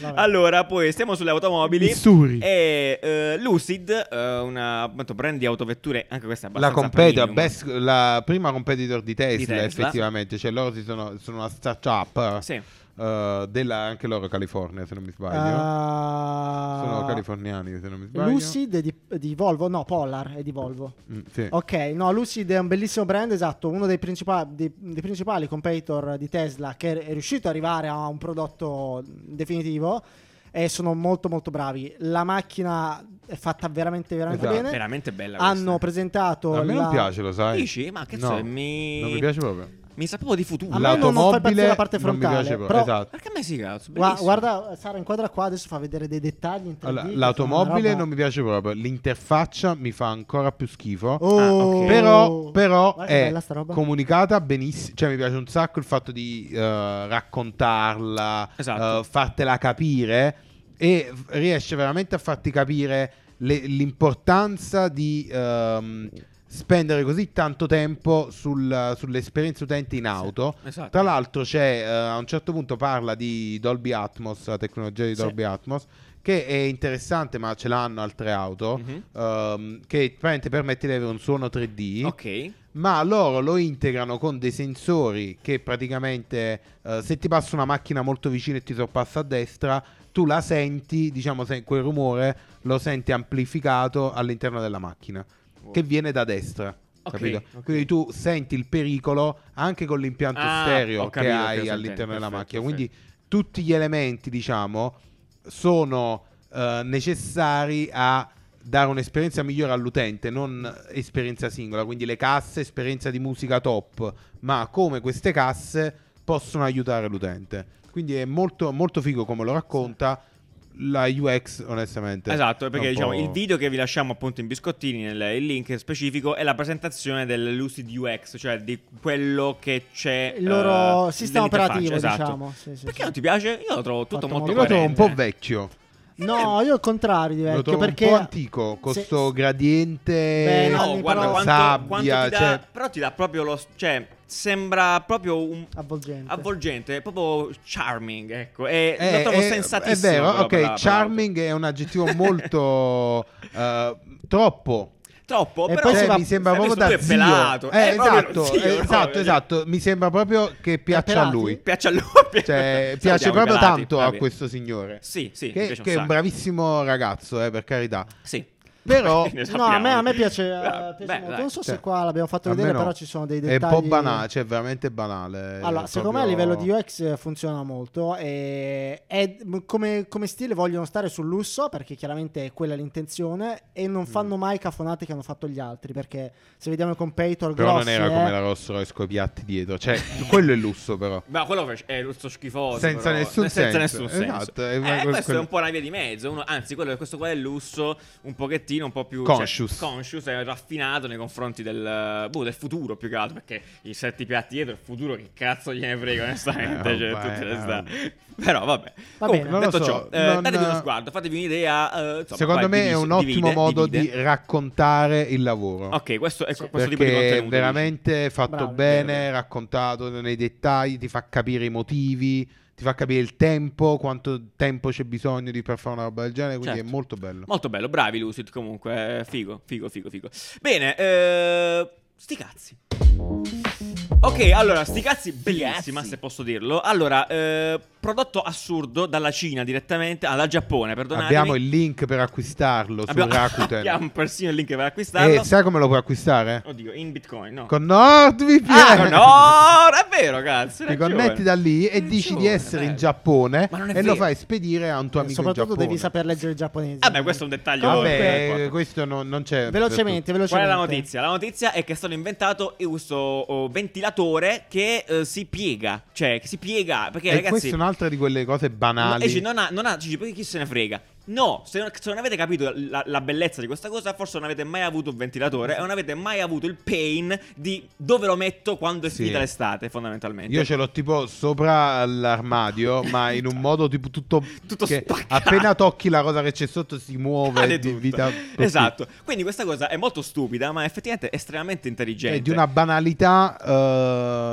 [SPEAKER 4] Vabbè.
[SPEAKER 1] Allora, poi stiamo sulle automobili.
[SPEAKER 2] Missouri.
[SPEAKER 1] E eh, Lucid, eh, una appunto, brand di autovetture, anche questa è
[SPEAKER 2] La,
[SPEAKER 1] abbastanza
[SPEAKER 2] competitor,
[SPEAKER 1] premium.
[SPEAKER 2] best- la prima competitor di Tesla,
[SPEAKER 1] Tesla.
[SPEAKER 2] effettivamente. Cioè, loro si sono, sono una startup.
[SPEAKER 1] Sì.
[SPEAKER 2] eh, della, anche loro California, se non mi sbaglio.
[SPEAKER 4] Ah,
[SPEAKER 2] sono californiani, se non mi sbaglio.
[SPEAKER 4] Lucid è di, di Volvo, no, Polar è di Volvo.
[SPEAKER 2] Mm, sì.
[SPEAKER 4] Ok, no, Lucid è un bellissimo brand, esatto, uno dei, principa- dei- dei principali competitor di Tesla che è riuscito ad arrivare a un prodotto definitivo e sono molto molto bravi. La macchina è fatta veramente veramente
[SPEAKER 2] Esatto.
[SPEAKER 4] bene.
[SPEAKER 1] Veramente bella questa.
[SPEAKER 4] Hanno presentato
[SPEAKER 2] A me
[SPEAKER 4] la-
[SPEAKER 2] non piace, lo sai.
[SPEAKER 1] Dici? Ma che
[SPEAKER 2] no,
[SPEAKER 1] so, mi-
[SPEAKER 2] Non mi piace proprio.
[SPEAKER 1] Mi sapevo di futuro.
[SPEAKER 4] A me non- non fa impazzire la parte
[SPEAKER 2] non mi
[SPEAKER 4] frontale,
[SPEAKER 2] piace proprio,
[SPEAKER 4] però-
[SPEAKER 2] esatto.
[SPEAKER 1] Perché a me si cazzo?
[SPEAKER 4] Gua-
[SPEAKER 1] bellissimo.
[SPEAKER 4] guarda, Sara inquadra qua, adesso fa vedere dei dettagli in 3D,
[SPEAKER 2] Allora,
[SPEAKER 4] che
[SPEAKER 2] l'automobile
[SPEAKER 4] sono
[SPEAKER 2] non
[SPEAKER 4] una
[SPEAKER 2] mi piace proprio, l'interfaccia mi fa ancora più schifo.
[SPEAKER 4] roba- Oh!
[SPEAKER 1] Ah, ok.
[SPEAKER 2] Però, però
[SPEAKER 4] Guarda che
[SPEAKER 2] è
[SPEAKER 4] bella sta roba.
[SPEAKER 2] comunicata benissimo. Cioè, mi piace un sacco il fatto di eh, raccontarla,
[SPEAKER 1] Esatto.
[SPEAKER 2] eh, fartela capire. E f- riesce veramente a farti capire le- l'importanza di ehm, spendere così tanto tempo sul- sull'esperienza utente in auto.
[SPEAKER 1] esatto.
[SPEAKER 2] Tra l'altro, c'è eh, a un certo punto parla di Dolby Atmos, la tecnologia di
[SPEAKER 4] Sì.
[SPEAKER 2] Dolby Atmos. Che è interessante, ma ce l'hanno altre auto.
[SPEAKER 1] Mhm.
[SPEAKER 2] ehm, che praticamente permette di avere un suono 3D
[SPEAKER 1] Ok.
[SPEAKER 2] ma loro lo integrano con dei sensori che praticamente eh, se ti passa una macchina molto vicina e ti sorpassa a destra, tu la senti, diciamo, se- quel rumore lo senti amplificato all'interno della macchina,
[SPEAKER 1] Wow.
[SPEAKER 2] che viene da destra.
[SPEAKER 1] Ok,
[SPEAKER 2] capito?
[SPEAKER 1] ok.
[SPEAKER 2] Quindi tu senti il pericolo anche con l'impianto
[SPEAKER 1] Ah,
[SPEAKER 2] stereo
[SPEAKER 1] ho capito
[SPEAKER 2] che
[SPEAKER 1] che
[SPEAKER 2] hai
[SPEAKER 1] cosa intendi,
[SPEAKER 2] all'interno della
[SPEAKER 1] perfetto,
[SPEAKER 2] macchina.
[SPEAKER 1] perfetto.
[SPEAKER 2] Quindi tutti gli elementi, diciamo, sono eh, necessari a dare un'esperienza migliore all'utente, non esperienza singola, quindi le casse, esperienza di musica top, ma come queste casse possono aiutare l'utente. Quindi è molto, molto figo come lo racconta la UX, onestamente.
[SPEAKER 1] Esatto,
[SPEAKER 2] è
[SPEAKER 1] perché
[SPEAKER 2] un
[SPEAKER 1] diciamo
[SPEAKER 2] po'-
[SPEAKER 1] il video che vi lasciamo appunto in biscottini, nel il link specifico, è la presentazione del Lucid UX, cioè di quello che c'è.
[SPEAKER 4] Il loro
[SPEAKER 1] eh,
[SPEAKER 4] sistema
[SPEAKER 1] nell'interfaccia,
[SPEAKER 4] operativo,
[SPEAKER 1] esatto.
[SPEAKER 4] diciamo. Sì, sì,
[SPEAKER 1] perché
[SPEAKER 4] sì.
[SPEAKER 1] non ti piace? Io lo trovo tutto
[SPEAKER 4] Fatto
[SPEAKER 1] molto
[SPEAKER 2] Io lo trovo un
[SPEAKER 1] coerente.
[SPEAKER 2] po' vecchio.
[SPEAKER 4] No, io il
[SPEAKER 1] Certo,
[SPEAKER 4] contrario di
[SPEAKER 2] Lo
[SPEAKER 4] vecchio
[SPEAKER 2] trovo
[SPEAKER 4] perché...
[SPEAKER 2] un po' antico, con
[SPEAKER 4] Se-
[SPEAKER 2] sto gradiente,
[SPEAKER 4] Beh, no,
[SPEAKER 1] No,
[SPEAKER 4] Anni,
[SPEAKER 1] guarda
[SPEAKER 4] però-
[SPEAKER 1] quanto,
[SPEAKER 2] sabbia,
[SPEAKER 1] quanto ti dà,
[SPEAKER 2] cioè,
[SPEAKER 1] però ti dà proprio lo, cioè sembra proprio un
[SPEAKER 4] Avvolgente.
[SPEAKER 1] avvolgente, proprio charming, ecco, e
[SPEAKER 2] è,
[SPEAKER 1] lo trovo
[SPEAKER 2] è-
[SPEAKER 1] sensatissimo.
[SPEAKER 2] Eh, è vero,
[SPEAKER 1] però,
[SPEAKER 2] ok,
[SPEAKER 1] per la- per l'auto.
[SPEAKER 2] charming è un aggettivo molto eh, troppo.
[SPEAKER 1] Troppo,
[SPEAKER 4] E
[SPEAKER 1] però
[SPEAKER 4] poi si
[SPEAKER 2] Cioè,
[SPEAKER 4] va-
[SPEAKER 2] mi sembra
[SPEAKER 1] Hai visto,
[SPEAKER 2] proprio da
[SPEAKER 1] tu è
[SPEAKER 2] zio.
[SPEAKER 1] pelato.
[SPEAKER 2] Eh,
[SPEAKER 1] È proprio
[SPEAKER 2] esatto,
[SPEAKER 1] zio,
[SPEAKER 2] eh,
[SPEAKER 1] no?
[SPEAKER 2] esatto,
[SPEAKER 1] Cioè-
[SPEAKER 2] esatto, mi sembra proprio che piaccia a
[SPEAKER 4] pelati?
[SPEAKER 2] lui.
[SPEAKER 1] piace a lui.
[SPEAKER 2] Cioè,
[SPEAKER 1] Salutiamo
[SPEAKER 2] piace
[SPEAKER 1] i
[SPEAKER 2] proprio
[SPEAKER 1] pelati,
[SPEAKER 2] tanto
[SPEAKER 1] va
[SPEAKER 2] a
[SPEAKER 1] bene.
[SPEAKER 2] questo signore.
[SPEAKER 1] Sì, sì, mi
[SPEAKER 2] Che,
[SPEAKER 1] piace un
[SPEAKER 2] che è un
[SPEAKER 1] sacco.
[SPEAKER 2] bravissimo ragazzo, eh, per carità.
[SPEAKER 1] Sì.
[SPEAKER 2] Però
[SPEAKER 1] Ne
[SPEAKER 4] No, a me, a me
[SPEAKER 1] sappiamo.
[SPEAKER 4] piace, eh,
[SPEAKER 1] Beh,
[SPEAKER 4] piace
[SPEAKER 1] beh,
[SPEAKER 4] molto.
[SPEAKER 1] dai.
[SPEAKER 4] Non so
[SPEAKER 2] Cioè,
[SPEAKER 4] se qua l'abbiamo fatto
[SPEAKER 2] a me
[SPEAKER 4] vedere,
[SPEAKER 2] no.
[SPEAKER 4] però ci sono dei
[SPEAKER 2] È
[SPEAKER 4] dettagli.
[SPEAKER 2] un po' banale, cioè veramente banale.
[SPEAKER 4] Allora,
[SPEAKER 2] È
[SPEAKER 4] secondo me a
[SPEAKER 2] proprio-
[SPEAKER 4] livello di UX funziona molto. E è- m- come, come stile vogliono stare sul lusso, perché chiaramente è quella l'intenzione, e
[SPEAKER 2] Mm.
[SPEAKER 4] non fanno mai cafonate che hanno fatto gli altri. Perché se vediamo i competitor
[SPEAKER 2] Però
[SPEAKER 4] grossi,
[SPEAKER 2] non era
[SPEAKER 4] eh,
[SPEAKER 2] come la Rolls Royce con i piatti dietro. Cioè, quello è lusso, però.
[SPEAKER 1] Ma quello che è lo sto schifoso.
[SPEAKER 2] Senza
[SPEAKER 1] però.
[SPEAKER 2] nessun
[SPEAKER 1] senza
[SPEAKER 2] senso.
[SPEAKER 1] nessun senso.
[SPEAKER 2] Esatto, è
[SPEAKER 1] Eh,
[SPEAKER 2] una-
[SPEAKER 1] questo
[SPEAKER 2] quello-
[SPEAKER 1] è un po' una via di mezzo. uno- anzi, quello, questo qua è lusso, un pochettino, un po' più cioè,
[SPEAKER 2] Conscious.
[SPEAKER 1] conscious è raffinato nei confronti del, boh, del futuro più che altro. Perché i sette piatti dietro, il futuro, che cazzo gliene frega, onestamente.
[SPEAKER 2] Eh,
[SPEAKER 1] cioè,
[SPEAKER 2] vabbè,
[SPEAKER 1] tutte le
[SPEAKER 2] eh,
[SPEAKER 1] sta- Però vabbè.
[SPEAKER 4] Va
[SPEAKER 1] Comunque,
[SPEAKER 4] bene.
[SPEAKER 2] Non lo
[SPEAKER 1] detto
[SPEAKER 2] so,
[SPEAKER 1] ciò, eh,
[SPEAKER 2] non-
[SPEAKER 1] datevi uno sguardo, fatevi un'idea. eh, insomma,
[SPEAKER 2] Secondo
[SPEAKER 1] poi
[SPEAKER 2] me è
[SPEAKER 1] divisi-
[SPEAKER 2] un ottimo
[SPEAKER 1] divide-
[SPEAKER 2] modo
[SPEAKER 1] divide.
[SPEAKER 2] di raccontare il lavoro.
[SPEAKER 1] Ok, questo, ecco,
[SPEAKER 4] Sì.
[SPEAKER 1] questo tipo di
[SPEAKER 2] perché
[SPEAKER 1] contenuto.
[SPEAKER 2] è
[SPEAKER 1] dici.
[SPEAKER 2] veramente fatto
[SPEAKER 4] Bravo.
[SPEAKER 2] bene,
[SPEAKER 1] Vero, vero.
[SPEAKER 2] raccontato nei dettagli, ti fa capire i motivi, ti fa capire il tempo, quanto tempo c'è bisogno di per fare una roba del genere, quindi
[SPEAKER 1] Certo.
[SPEAKER 2] è molto bello.
[SPEAKER 1] Molto bello, bravi Lucid comunque, eh, figo, figo, figo, figo. Bene, eh, sti cazzi. Ok, allora, sti cazzi bellissima se posso dirlo. Allora, eh, prodotto assurdo dalla Cina direttamente, ah, dal Giappone, perdonatemi.
[SPEAKER 2] Abbiamo il link per acquistarlo su
[SPEAKER 1] Abbiamo-
[SPEAKER 2] Rakuten. Esatto.
[SPEAKER 1] abbiamo persino il link per acquistarlo.
[SPEAKER 2] E sai come lo puoi acquistare?
[SPEAKER 1] Oddio, in Bitcoin, no.
[SPEAKER 2] Con NordVPN.
[SPEAKER 1] Ah, no, è vero, cazzo. hai
[SPEAKER 2] Ti
[SPEAKER 1] ragione.
[SPEAKER 2] connetti da lì e
[SPEAKER 1] Hai
[SPEAKER 2] dici di
[SPEAKER 1] ragione,
[SPEAKER 2] essere in
[SPEAKER 1] bello.
[SPEAKER 2] Giappone
[SPEAKER 1] Ma non è
[SPEAKER 2] e lo
[SPEAKER 1] vero.
[SPEAKER 2] fai spedire a un tuo amico in
[SPEAKER 4] Eh, soprattutto
[SPEAKER 2] Giappone.
[SPEAKER 4] devi saper leggere il giapponese.
[SPEAKER 1] Vabbè, questo è un dettaglio.
[SPEAKER 2] Vabbè,
[SPEAKER 1] Comunque.
[SPEAKER 2] eh, questo non, non c'è. per
[SPEAKER 4] Velocemente, velocemente.
[SPEAKER 1] Qual è la notizia? La notizia è che è stato inventato questo oh, ventilatore che eh, si piega. Cioè, che si piega. Perché,
[SPEAKER 2] tutti. e
[SPEAKER 1] ragazzi.
[SPEAKER 2] questa è un'altra di quelle cose
[SPEAKER 1] no,
[SPEAKER 2] banali.
[SPEAKER 1] e dici, non ha, non ha- dici, perché chi se ne frega? No, se non, se non avete capito la, la bellezza di questa cosa, forse non avete mai avuto un ventilatore e non avete mai avuto il pain di dove lo metto quando è
[SPEAKER 2] Sì.
[SPEAKER 1] finita l'estate, fondamentalmente.
[SPEAKER 2] Io ce l'ho tipo sopra l'armadio, ma in un modo tipo tutto.
[SPEAKER 1] Tutto
[SPEAKER 2] che
[SPEAKER 1] spaccato.
[SPEAKER 2] appena tocchi la cosa che c'è sotto si muove
[SPEAKER 1] Cade
[SPEAKER 2] di
[SPEAKER 1] tutto.
[SPEAKER 2] vita. così.
[SPEAKER 1] Esatto. Quindi questa cosa è molto stupida, ma effettivamente estremamente intelligente.
[SPEAKER 2] Cioè, di una banalità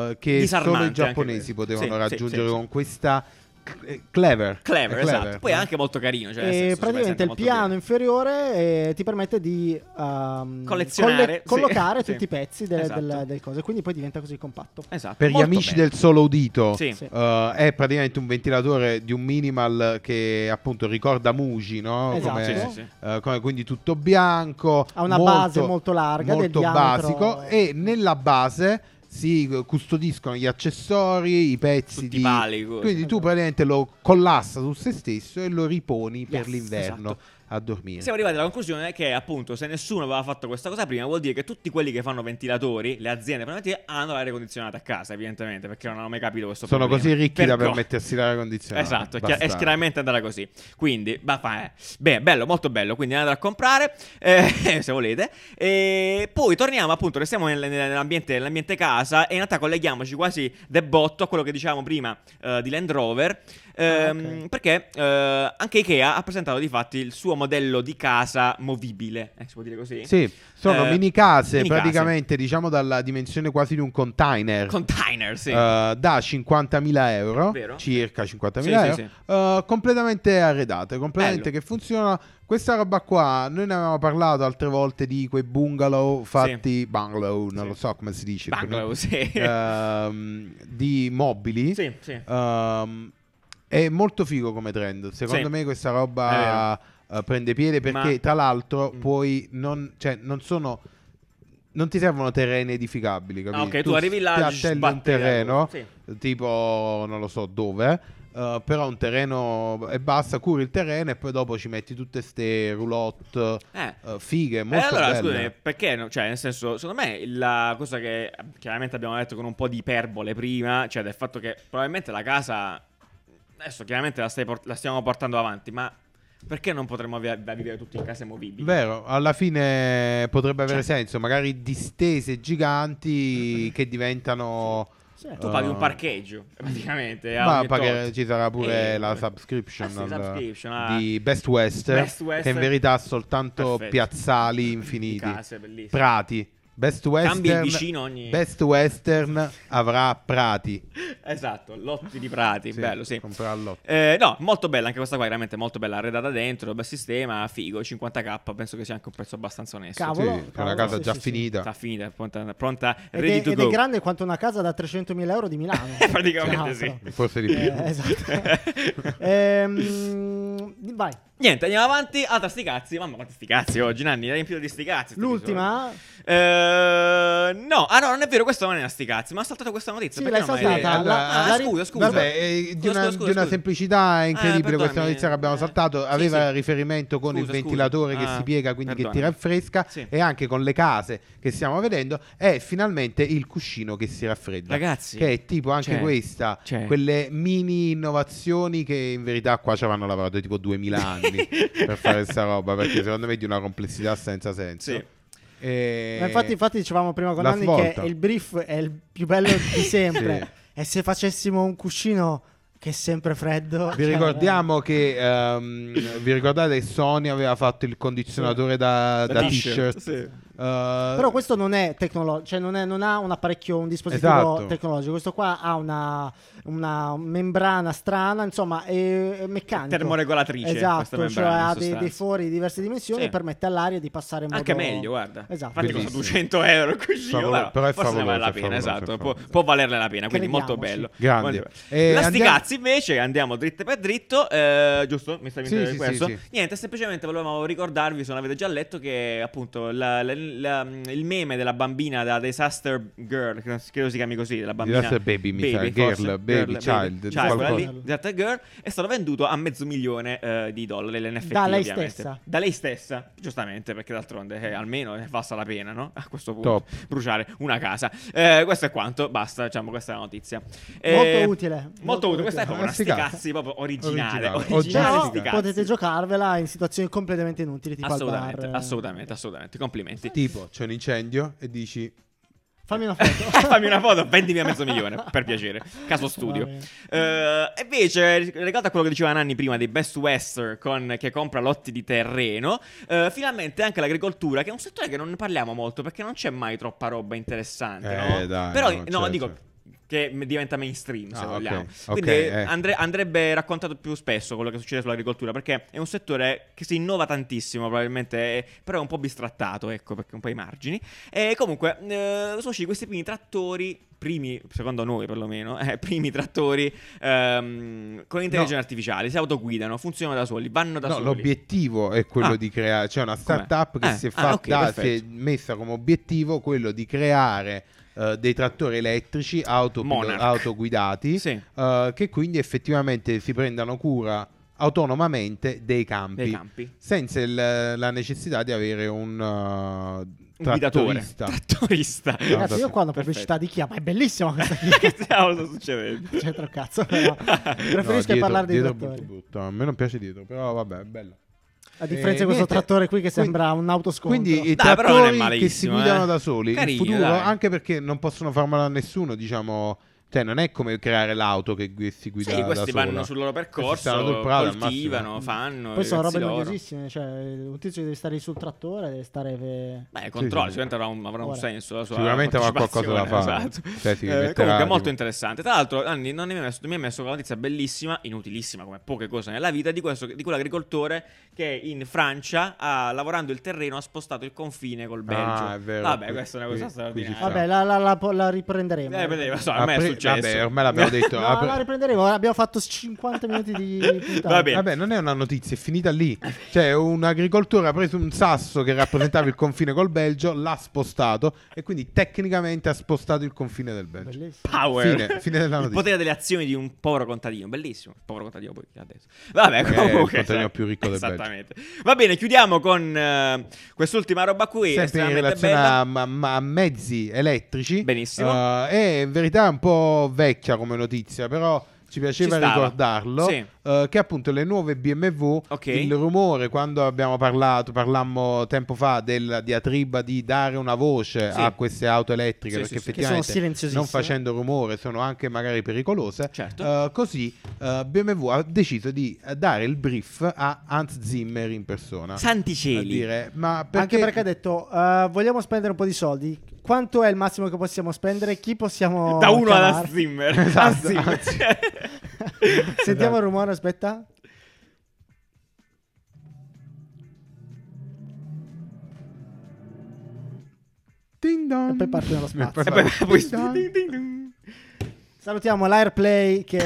[SPEAKER 2] eh, che solo
[SPEAKER 1] Disarmante
[SPEAKER 2] i
[SPEAKER 1] anche
[SPEAKER 2] giapponesi
[SPEAKER 1] questo. Sì,
[SPEAKER 2] potevano
[SPEAKER 1] sì,
[SPEAKER 2] raggiungere
[SPEAKER 1] sì, sì.
[SPEAKER 2] con questa c- eh, clever. eh.
[SPEAKER 1] Clever,
[SPEAKER 2] È
[SPEAKER 1] esatto. Poi è
[SPEAKER 2] no?
[SPEAKER 1] anche molto carino. Cioè, nel senso,
[SPEAKER 4] E
[SPEAKER 1] si
[SPEAKER 4] Eh, praticamente
[SPEAKER 1] presenta
[SPEAKER 4] il
[SPEAKER 1] molto bene.
[SPEAKER 4] piano inferiore eh, ti permette di ehm,
[SPEAKER 1] Collezionare,
[SPEAKER 4] colle-
[SPEAKER 1] sì,
[SPEAKER 4] collocare
[SPEAKER 1] sì.
[SPEAKER 4] tutti i pezzi delle,
[SPEAKER 1] Esatto.
[SPEAKER 4] delle- delle cose, quindi poi diventa così compatto.
[SPEAKER 1] Esatto.
[SPEAKER 2] Per
[SPEAKER 1] molto
[SPEAKER 2] gli amici
[SPEAKER 1] bene.
[SPEAKER 2] del solo udito,
[SPEAKER 1] Sì.
[SPEAKER 4] Sì.
[SPEAKER 2] eh, è praticamente un ventilatore di un minimal che appunto ricorda Muji, no?
[SPEAKER 4] Esatto.
[SPEAKER 2] Come-
[SPEAKER 1] Sì, sì, sì.
[SPEAKER 2] eh, come- quindi tutto bianco.
[SPEAKER 4] Ha una base molto larga, del
[SPEAKER 2] molto
[SPEAKER 4] diametro-
[SPEAKER 2] basico. E nella base si custodiscono gli accessori, i pezzi
[SPEAKER 1] Tutti
[SPEAKER 2] di.
[SPEAKER 1] i pali, cose.
[SPEAKER 2] Quindi tu praticamente lo collassa su se stesso e lo riponi per
[SPEAKER 1] Yes,
[SPEAKER 2] l'inverno
[SPEAKER 1] esatto.
[SPEAKER 2] a dormire.
[SPEAKER 1] Siamo arrivati alla conclusione che, appunto, se nessuno aveva fatto questa cosa prima, vuol dire che tutti quelli che fanno ventilatori, le aziende fanno ventilatori, hanno l'aria condizionata a casa, evidentemente, perché non hanno mai capito questo
[SPEAKER 2] Sono
[SPEAKER 1] problema.
[SPEAKER 2] così ricchi da
[SPEAKER 1] Pergo-
[SPEAKER 2] permettersi l'aria condizionata.
[SPEAKER 1] Esatto, è, chi-
[SPEAKER 2] Bastardi.
[SPEAKER 1] è chiaramente andata così. Quindi, va fa, eh. Beh, bello, molto bello. Quindi andate a comprare eh, se volete. E poi torniamo, appunto, restiamo nel- nel- nell'ambiente, nell'ambiente casa. E in realtà colleghiamoci quasi de botto a quello che dicevamo prima eh, di Land Rover. ehm,
[SPEAKER 4] ok.
[SPEAKER 1] Perché eh, anche Ikea ha presentato di fatti il suo modello di casa movibile. Eh, si può dire così?
[SPEAKER 2] Sì, sono
[SPEAKER 1] Eh,
[SPEAKER 2] mini case
[SPEAKER 1] mini case.
[SPEAKER 2] praticamente, diciamo dalla dimensione quasi di un container.
[SPEAKER 1] Container, sì.
[SPEAKER 2] eh, da 50.000 euro,
[SPEAKER 1] Vero.
[SPEAKER 2] circa 50.000
[SPEAKER 1] Sì, sì,
[SPEAKER 2] euro,
[SPEAKER 1] sì.
[SPEAKER 2] eh, completamente arredate, completamente
[SPEAKER 1] Bello.
[SPEAKER 2] che funziona. Questa roba qua, noi ne avevamo parlato altre volte di quei bungalow fatti, bungalow, non
[SPEAKER 1] Sì.
[SPEAKER 2] lo so come si dice,
[SPEAKER 1] Bungalow, sì.
[SPEAKER 2] ehm, di mobili.
[SPEAKER 1] sì, sì.
[SPEAKER 2] Ehm, è molto figo come trend. Secondo
[SPEAKER 1] Sì.
[SPEAKER 2] me questa roba eh, prende piede perché,
[SPEAKER 1] Ma-
[SPEAKER 2] tra l'altro,
[SPEAKER 1] Mm.
[SPEAKER 2] puoi non, cioè, non sono. non ti servono terreni edificabili, capito?
[SPEAKER 1] Ah, ok, tu arrivi là,
[SPEAKER 2] ti attelli un
[SPEAKER 1] sbatti la
[SPEAKER 2] terreno,
[SPEAKER 1] cosa,
[SPEAKER 2] tipo non lo so dove, eh, però un terreno e basta, curi il terreno e poi dopo ci metti tutte ste roulotte
[SPEAKER 1] Eh.
[SPEAKER 2] eh, fighe,
[SPEAKER 1] E
[SPEAKER 2] molto
[SPEAKER 1] allora,
[SPEAKER 2] belle.
[SPEAKER 1] scusami, perché? no? Cioè, nel senso, secondo me la cosa che eh, chiaramente abbiamo detto con un po' di iperbole prima, cioè del fatto che probabilmente la casa, adesso chiaramente la, stai port- la stiamo portando avanti, ma perché non potremmo vi- vivere tutti in case movibili?
[SPEAKER 2] Vero, alla fine potrebbe avere
[SPEAKER 1] Cioè-
[SPEAKER 2] senso, magari distese giganti che diventano...
[SPEAKER 4] Sì.
[SPEAKER 1] tu paghi un
[SPEAKER 2] eh,
[SPEAKER 1] parcheggio, praticamente. a
[SPEAKER 2] Ma
[SPEAKER 1] ogni
[SPEAKER 2] paghe-
[SPEAKER 1] tot.
[SPEAKER 2] ci sarà pure
[SPEAKER 1] Eh,
[SPEAKER 2] la
[SPEAKER 1] vabbè.
[SPEAKER 2] subscription,
[SPEAKER 1] Ah, sì,
[SPEAKER 2] al-
[SPEAKER 1] subscription, ah.
[SPEAKER 2] di Best West,
[SPEAKER 1] Best West.
[SPEAKER 2] che in verità ha soltanto
[SPEAKER 1] Perfetto.
[SPEAKER 2] piazzali
[SPEAKER 1] Di
[SPEAKER 2] infiniti,
[SPEAKER 1] case, bellissimo.
[SPEAKER 2] prati. Best Western,
[SPEAKER 1] Cambi il vicino ogni-
[SPEAKER 2] Best Western avrà prati.
[SPEAKER 1] Esatto, lotti di prati,
[SPEAKER 2] Sì,
[SPEAKER 1] bello, sì.
[SPEAKER 2] comprerà il lotto.
[SPEAKER 1] Eh, no, molto bella anche questa qua, veramente molto bella, arredata dentro, bel sistema, figo, 50k, penso che sia anche un prezzo abbastanza onesto.
[SPEAKER 2] Sì,
[SPEAKER 4] Cavolo,
[SPEAKER 2] è una
[SPEAKER 4] cavolo,
[SPEAKER 2] casa
[SPEAKER 4] sì,
[SPEAKER 2] già
[SPEAKER 4] sì, sì.
[SPEAKER 2] finita.
[SPEAKER 1] Sta finita, pronta, pronta
[SPEAKER 4] Ed
[SPEAKER 1] ready
[SPEAKER 4] è,
[SPEAKER 1] to
[SPEAKER 4] ed è
[SPEAKER 1] go.
[SPEAKER 4] grande quanto una casa da 300.000 euro di Milano.
[SPEAKER 1] Eh, praticamente
[SPEAKER 4] Tra l'altro.
[SPEAKER 1] sì.
[SPEAKER 2] Forse di più.
[SPEAKER 4] Eh, esatto. Ehm, vai.
[SPEAKER 1] Niente, andiamo avanti. Altra sti cazzi. Mamma, quanti sti cazzi oggi, Nanni. Hai riempito di sti cazzi. sto
[SPEAKER 4] L'ultima?
[SPEAKER 1] episodio. Eh, no, ah no, non è vero. Questa non è una sti cazzi. Ma ho saltato questa notizia.
[SPEAKER 4] Sì,
[SPEAKER 1] perché
[SPEAKER 4] l'hai
[SPEAKER 1] non me l'hai
[SPEAKER 4] saltata.
[SPEAKER 1] detto?
[SPEAKER 2] La-
[SPEAKER 1] Ah,
[SPEAKER 4] la-
[SPEAKER 1] scusa, scusa.
[SPEAKER 2] Vabbè, eh, di
[SPEAKER 1] Scusa,
[SPEAKER 2] una,
[SPEAKER 1] scusa, scusa,
[SPEAKER 2] di una
[SPEAKER 1] scusa.
[SPEAKER 2] semplicità incredibile
[SPEAKER 1] Eh,
[SPEAKER 2] questa
[SPEAKER 1] perdonami.
[SPEAKER 2] notizia che abbiamo
[SPEAKER 1] Eh,
[SPEAKER 2] saltato.
[SPEAKER 1] sì,
[SPEAKER 2] Aveva
[SPEAKER 1] sì.
[SPEAKER 2] riferimento con il
[SPEAKER 1] Scusa, scusa.
[SPEAKER 2] ventilatore che
[SPEAKER 1] Ah,
[SPEAKER 2] si piega, quindi
[SPEAKER 1] perdonami.
[SPEAKER 2] che tira fresca,
[SPEAKER 1] Sì.
[SPEAKER 2] e anche con le case che stiamo vedendo, e finalmente il cuscino che si raffredda.
[SPEAKER 1] Ragazzi,
[SPEAKER 2] Che è tipo anche
[SPEAKER 1] c'è,
[SPEAKER 2] questa,
[SPEAKER 1] c'è.
[SPEAKER 2] quelle mini innovazioni che in verità qua ci avranno lavorato tipo 2000 anni per fare sta roba, perché secondo me è di una complessità senza senso.
[SPEAKER 1] Sì.
[SPEAKER 2] E-
[SPEAKER 4] Ma infatti, infatti dicevamo prima con
[SPEAKER 2] Eh, La
[SPEAKER 4] Nanni
[SPEAKER 2] svolta.
[SPEAKER 4] che il brief è il più bello di sempre. E se facessimo un cuscino che è sempre freddo.
[SPEAKER 2] Vi
[SPEAKER 4] cioè,
[SPEAKER 2] ricordiamo che ehm, vi ricordate che Sony aveva fatto il condizionatore da, da t-shirt?
[SPEAKER 1] Sì.
[SPEAKER 2] Eh,
[SPEAKER 4] Però questo non è tecnologico, cioè non, è- non ha un apparecchio, un dispositivo
[SPEAKER 2] Esatto.
[SPEAKER 4] tecnologico. Questo qua ha una, una membrana strana, insomma, è, è meccanico.
[SPEAKER 1] Termoregolatrice, questa
[SPEAKER 4] Esatto, cioè
[SPEAKER 1] membrana, in
[SPEAKER 4] ha dei,
[SPEAKER 1] sostanza.
[SPEAKER 4] dei fori di diverse dimensioni
[SPEAKER 1] Sì.
[SPEAKER 4] e permette all'aria di passare in modo
[SPEAKER 1] Anche meglio, guarda.
[SPEAKER 4] Esatto.
[SPEAKER 1] Infatti costa
[SPEAKER 2] Bellissimo.
[SPEAKER 1] 200 euro così.
[SPEAKER 2] Favolo-
[SPEAKER 1] però,
[SPEAKER 2] però è
[SPEAKER 1] forse ne vale
[SPEAKER 2] favoloso,
[SPEAKER 1] la
[SPEAKER 2] è
[SPEAKER 1] pena,
[SPEAKER 2] favoloso,
[SPEAKER 1] esatto.
[SPEAKER 2] è
[SPEAKER 1] può,
[SPEAKER 2] favoloso.
[SPEAKER 1] può valerne la pena, quindi molto
[SPEAKER 4] Crediamoci.
[SPEAKER 1] bello.
[SPEAKER 2] Grandi.
[SPEAKER 1] Molto bello.
[SPEAKER 2] Eh,
[SPEAKER 1] la
[SPEAKER 2] andiamo-
[SPEAKER 1] Sticazzi invece, andiamo dritto per dritto, eh, giusto? Mi stavi
[SPEAKER 2] Sì,
[SPEAKER 1] interrompendo
[SPEAKER 2] sì,
[SPEAKER 1] questo?
[SPEAKER 2] sì, sì.
[SPEAKER 1] Niente, semplicemente volevamo ricordarvi, se non avete già letto, che appunto la- la- la- il meme della bambina da Disaster Girl, che credo si chiami così, della bambina...
[SPEAKER 2] Disaster Baby, mi sa, girl,
[SPEAKER 1] forse,
[SPEAKER 2] baby, child,
[SPEAKER 1] child, quella
[SPEAKER 4] qualcosa.
[SPEAKER 1] lì, Disaster Girl, è stato venduto a mezzo milione eh, di dollari, l'NFT
[SPEAKER 4] Da lei
[SPEAKER 1] ovviamente.
[SPEAKER 4] stessa.
[SPEAKER 1] Da lei stessa, giustamente, perché d'altronde eh, almeno ne basta la pena, no? A questo punto,
[SPEAKER 2] Top.
[SPEAKER 1] bruciare una casa. Eh, questo è quanto, basta, diciamo, questa è la notizia. Eh,
[SPEAKER 4] Molto utile,
[SPEAKER 1] Molto,
[SPEAKER 4] molto
[SPEAKER 1] utile, questa è proprio una
[SPEAKER 2] Ah, sti
[SPEAKER 1] sticazzi, proprio originale. Originale,
[SPEAKER 2] Originale. Oggi-
[SPEAKER 4] Però
[SPEAKER 1] sti cazzi.
[SPEAKER 4] potete giocarvela in situazioni completamente inutili, tipo
[SPEAKER 1] Assolutamente,
[SPEAKER 4] al bar. eh.
[SPEAKER 1] assolutamente, assolutamente, complimenti.
[SPEAKER 2] Tipo, c'è un incendio e dici...
[SPEAKER 4] Fammi una foto.
[SPEAKER 1] Fammi una foto, vendimi a mezzo milione, per piacere. Caso studio.
[SPEAKER 4] Va bene.
[SPEAKER 1] Eh, e invece, legato a quello che diceva Nanni prima dei Best Western con, che compra lotti di terreno, eh, finalmente anche l'agricoltura, che è un settore che non ne parliamo molto perché non c'è mai troppa roba interessante,
[SPEAKER 2] Eh,
[SPEAKER 1] no?
[SPEAKER 2] dai,
[SPEAKER 1] Però,
[SPEAKER 2] no,
[SPEAKER 1] no,
[SPEAKER 2] certo.
[SPEAKER 1] dico... Che m- diventa mainstream, se
[SPEAKER 2] Ah, ok,
[SPEAKER 1] vogliamo.
[SPEAKER 2] ok,
[SPEAKER 1] Quindi
[SPEAKER 2] eh.
[SPEAKER 1] andre- andrebbe raccontato più spesso quello che succede sull'agricoltura, perché è un settore che si innova tantissimo, probabilmente, eh, però è un po' bistrattato, ecco, perché un po' ai margini. E comunque eh, sono usciti questi primi trattori, primi, secondo noi perlomeno, eh, primi trattori ehm, con l'intelligenza
[SPEAKER 2] No.
[SPEAKER 1] artificiale, si autoguidano, funzionano da soli, vanno da
[SPEAKER 2] No,
[SPEAKER 1] soli.
[SPEAKER 2] l'obiettivo è quello
[SPEAKER 1] Ah.
[SPEAKER 2] di creare, c'è una startup
[SPEAKER 1] Com'è?
[SPEAKER 2] che si, è
[SPEAKER 1] Ah,
[SPEAKER 2] fatta,
[SPEAKER 1] ok, perfetto.
[SPEAKER 2] si è messa come obiettivo quello di creare eh, dei trattori elettrici autopilo-
[SPEAKER 1] Monarch.
[SPEAKER 2] autoguidati
[SPEAKER 1] Sì.
[SPEAKER 2] eh, che quindi effettivamente si prendano cura autonomamente dei campi.
[SPEAKER 1] Dei campi.
[SPEAKER 2] senza il- la necessità di avere un, uh,
[SPEAKER 1] Un guidatore.
[SPEAKER 2] trattorista.
[SPEAKER 1] Trattorista.
[SPEAKER 4] Ragazzi, io qua ho una
[SPEAKER 1] Perfetto.
[SPEAKER 4] pubblicità di Chia, ma è bellissima questa Chia.
[SPEAKER 1] che cavolo sta succedendo?
[SPEAKER 4] C'entra un cazzo, però.
[SPEAKER 2] No,
[SPEAKER 4] Preferisco
[SPEAKER 2] dietro-
[SPEAKER 4] parlare dei
[SPEAKER 2] dietro è brutto,
[SPEAKER 4] trattori.
[SPEAKER 2] brutto. A me non piace dietro, però vabbè, è bello.
[SPEAKER 4] A differenza
[SPEAKER 2] Eh,
[SPEAKER 4] di questo
[SPEAKER 2] niente.
[SPEAKER 4] trattore qui
[SPEAKER 2] Quindi-
[SPEAKER 4] che sembra un autoscontro.
[SPEAKER 2] Quindi i
[SPEAKER 1] Dai, però non è
[SPEAKER 2] trattori che si
[SPEAKER 1] malissimo,
[SPEAKER 2] guidano
[SPEAKER 1] eh.
[SPEAKER 2] da soli
[SPEAKER 1] Carino,
[SPEAKER 2] in futuro,
[SPEAKER 1] dai.
[SPEAKER 2] anche perché non possono far male a nessuno, diciamo, cioè non è come creare l'auto che gui- si guida
[SPEAKER 1] Sì,
[SPEAKER 2] da
[SPEAKER 1] questi
[SPEAKER 2] sola.
[SPEAKER 1] vanno sul loro
[SPEAKER 2] Questi
[SPEAKER 1] percorso,
[SPEAKER 2] stanno sul prato, al
[SPEAKER 1] coltivano,
[SPEAKER 2] massimo.
[SPEAKER 1] fanno.
[SPEAKER 4] Poi sono
[SPEAKER 1] i cazzi
[SPEAKER 4] robe
[SPEAKER 1] loro.
[SPEAKER 4] noiosissime. Cioè, un tizio deve stare lì sul trattore, deve stare. per-
[SPEAKER 1] Beh, controlli,
[SPEAKER 2] Sì, sì.
[SPEAKER 1] sicuramente avrà un, avrà un
[SPEAKER 4] Ora.
[SPEAKER 1] senso. La sua
[SPEAKER 2] Sicuramente avrà
[SPEAKER 1] partecipazione,
[SPEAKER 2] qualcosa da fare.
[SPEAKER 1] Esatto.
[SPEAKER 2] Cioè, sì,
[SPEAKER 1] Eh,
[SPEAKER 2] metterà
[SPEAKER 1] comunque, è
[SPEAKER 2] tipo-
[SPEAKER 1] molto interessante. Tra l'altro, Anni non mi ha messo, mi ha messo una notizia bellissima, inutilissima come poche cose nella vita, di, questo, di quell'agricoltore che in Francia, ha, lavorando il terreno, ha spostato il confine col Belgio.
[SPEAKER 2] Ah, è vero.
[SPEAKER 1] Vabbè,
[SPEAKER 2] Qui-
[SPEAKER 1] questa è una cosa
[SPEAKER 2] qui- qui ci
[SPEAKER 1] straordinaria.
[SPEAKER 2] sta.
[SPEAKER 4] Vabbè, la, la- la- la riprenderemo.
[SPEAKER 1] Eh, beh, lo so,
[SPEAKER 2] Ha
[SPEAKER 1] a me è
[SPEAKER 2] pre-
[SPEAKER 1] successo.
[SPEAKER 2] Vabbè, ormai l'abbiamo detto.
[SPEAKER 4] No,
[SPEAKER 2] Apre-
[SPEAKER 4] la riprenderemo. ora Abbiamo fatto 50 minuti di puntata.
[SPEAKER 1] Va bene.
[SPEAKER 2] Vabbè, non è una notizia, è finita lì. Cioè, un agricoltore ha preso un sasso che rappresentava il confine col Belgio, l'ha spostato e quindi tecnicamente ha spostato il confine del Belgio.
[SPEAKER 4] Bellissimo.
[SPEAKER 1] Power.
[SPEAKER 2] Fine, fine della
[SPEAKER 1] il
[SPEAKER 2] notizia.
[SPEAKER 1] potere delle azioni di un povero contadino, bellissimo. Povero contadino poi che ha detto. Vabbè,
[SPEAKER 2] Che è il
[SPEAKER 1] comunque
[SPEAKER 2] contadino
[SPEAKER 1] sai.
[SPEAKER 2] più ricco del Belgio.
[SPEAKER 1] Esattamente. Va bene, chiudiamo con eh, quest'ultima roba qui,
[SPEAKER 2] Sempre in
[SPEAKER 1] estremamente
[SPEAKER 2] relazione
[SPEAKER 1] bella.
[SPEAKER 2] a, ma- ma- a mezzi elettrici.
[SPEAKER 1] Benissimo.
[SPEAKER 2] Eh, è in verità un po' vecchia come notizia, però ci piaceva
[SPEAKER 1] Ci stava.
[SPEAKER 2] ricordarlo.
[SPEAKER 1] Sì.
[SPEAKER 2] eh, che appunto le nuove BMW,
[SPEAKER 1] Ok.
[SPEAKER 2] il rumore quando abbiamo parlato, parlammo tempo fa della diatriba di dare una voce
[SPEAKER 1] Sì.
[SPEAKER 2] a queste auto elettriche
[SPEAKER 1] Sì,
[SPEAKER 2] perché
[SPEAKER 1] sì, sì.
[SPEAKER 4] Che sono
[SPEAKER 2] effettivamente non
[SPEAKER 4] silenziosissime.
[SPEAKER 2] facendo rumore sono anche magari pericolose.
[SPEAKER 1] Certo.
[SPEAKER 2] Eh, così eh, BMW ha deciso di eh, dare il brief a Hans Zimmer in persona.
[SPEAKER 1] Santi
[SPEAKER 2] a
[SPEAKER 1] cieli.
[SPEAKER 2] dire, ma
[SPEAKER 4] Anche perché ha detto, eh, vogliamo spendere un po' di soldi. Quanto è il massimo che possiamo spendere? Chi possiamo...
[SPEAKER 1] da uno
[SPEAKER 4] Oh, chiamare?
[SPEAKER 1] alla Zimmer.
[SPEAKER 2] Esatto,
[SPEAKER 1] Alla Zimmer.
[SPEAKER 2] anzi.
[SPEAKER 4] Sentiamo
[SPEAKER 1] Esatto.
[SPEAKER 4] il rumore, aspetta.
[SPEAKER 2] Ding dong.
[SPEAKER 4] E poi parte nello spazio.
[SPEAKER 1] E poi- poi-
[SPEAKER 2] Ding dong.
[SPEAKER 1] ding, ding, ding.
[SPEAKER 4] Salutiamo l'Airplay
[SPEAKER 1] che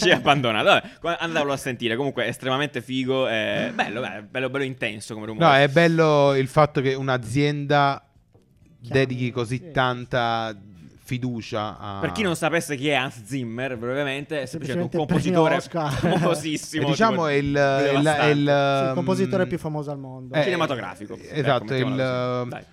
[SPEAKER 1] ci ha abbandonato. Vabbè, qua- andatelo a sentire. Comunque, è estremamente figo. eh, bello, bello, bello, bello intenso come rumore.
[SPEAKER 2] No, è bello il fatto che un'azienda
[SPEAKER 4] Chiami-
[SPEAKER 2] dedichi così
[SPEAKER 4] sì.
[SPEAKER 2] tanta fiducia a...
[SPEAKER 1] Per chi non sapesse chi è Hans Zimmer, brevemente, è semplicemente un compositore
[SPEAKER 4] Semplicemente premio Oscar.
[SPEAKER 1] famosissimo.
[SPEAKER 2] E diciamo
[SPEAKER 1] tipo,
[SPEAKER 2] è il, è il- è
[SPEAKER 1] devastante.
[SPEAKER 2] il,
[SPEAKER 4] Sì, il compositore
[SPEAKER 2] mm,
[SPEAKER 4] più famoso al mondo.
[SPEAKER 2] eh,
[SPEAKER 1] Cinematografico.
[SPEAKER 2] Esatto,
[SPEAKER 1] Ecco, mettiamola
[SPEAKER 2] il,
[SPEAKER 1] così. Dai.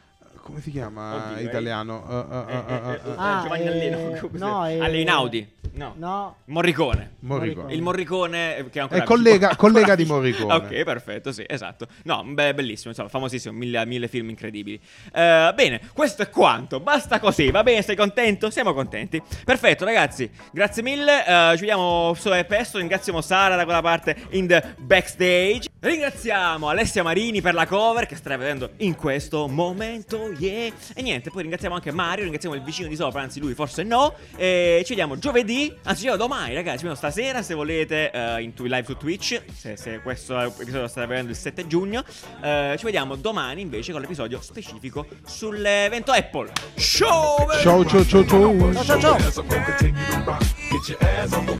[SPEAKER 2] come si chiama
[SPEAKER 1] Oddio, eh.
[SPEAKER 2] italiano? Eh, eh, eh, eh, eh, eh.
[SPEAKER 4] Ah,
[SPEAKER 1] Giovanni
[SPEAKER 4] eh,
[SPEAKER 1] Alleno. come
[SPEAKER 4] no,
[SPEAKER 1] si-
[SPEAKER 4] eh,
[SPEAKER 1] Allinaudi. No.
[SPEAKER 4] No,
[SPEAKER 1] Morricone.
[SPEAKER 2] Morricone.
[SPEAKER 1] Il Morricone eh, che è ancora
[SPEAKER 2] Eh, collega-
[SPEAKER 1] vivo.
[SPEAKER 2] collega di Morricone.
[SPEAKER 1] ok, perfetto, sì, esatto. No, beh, bellissimo, insomma, famosissimo, mille, mille film incredibili. Eh, bene, questo è quanto. Basta così, va bene, sei contento? Siamo contenti. Perfetto, ragazzi, grazie mille. eh, ci vediamo solo e presto. Ringraziamo Sara da quella parte in the backstage. Ringraziamo Alessia Marini per la cover che stai vedendo in questo momento. Yeah. E niente, poi ringraziamo anche Mario, ringraziamo il vicino di sopra, anzi lui forse no. E ci vediamo giovedì, anzi ci vediamo domani ragazzi, ci vediamo stasera se volete eh, in tu- live su Twitch, se, se questo episodio lo state vedendo il 7 giugno. Eh, ci vediamo domani invece con l'episodio specifico sull'evento Apple. Show!
[SPEAKER 2] Ciao ciao ciao ciao.
[SPEAKER 4] ciao ciao.
[SPEAKER 3] As I'm gonna continue to rock. Get your ass on the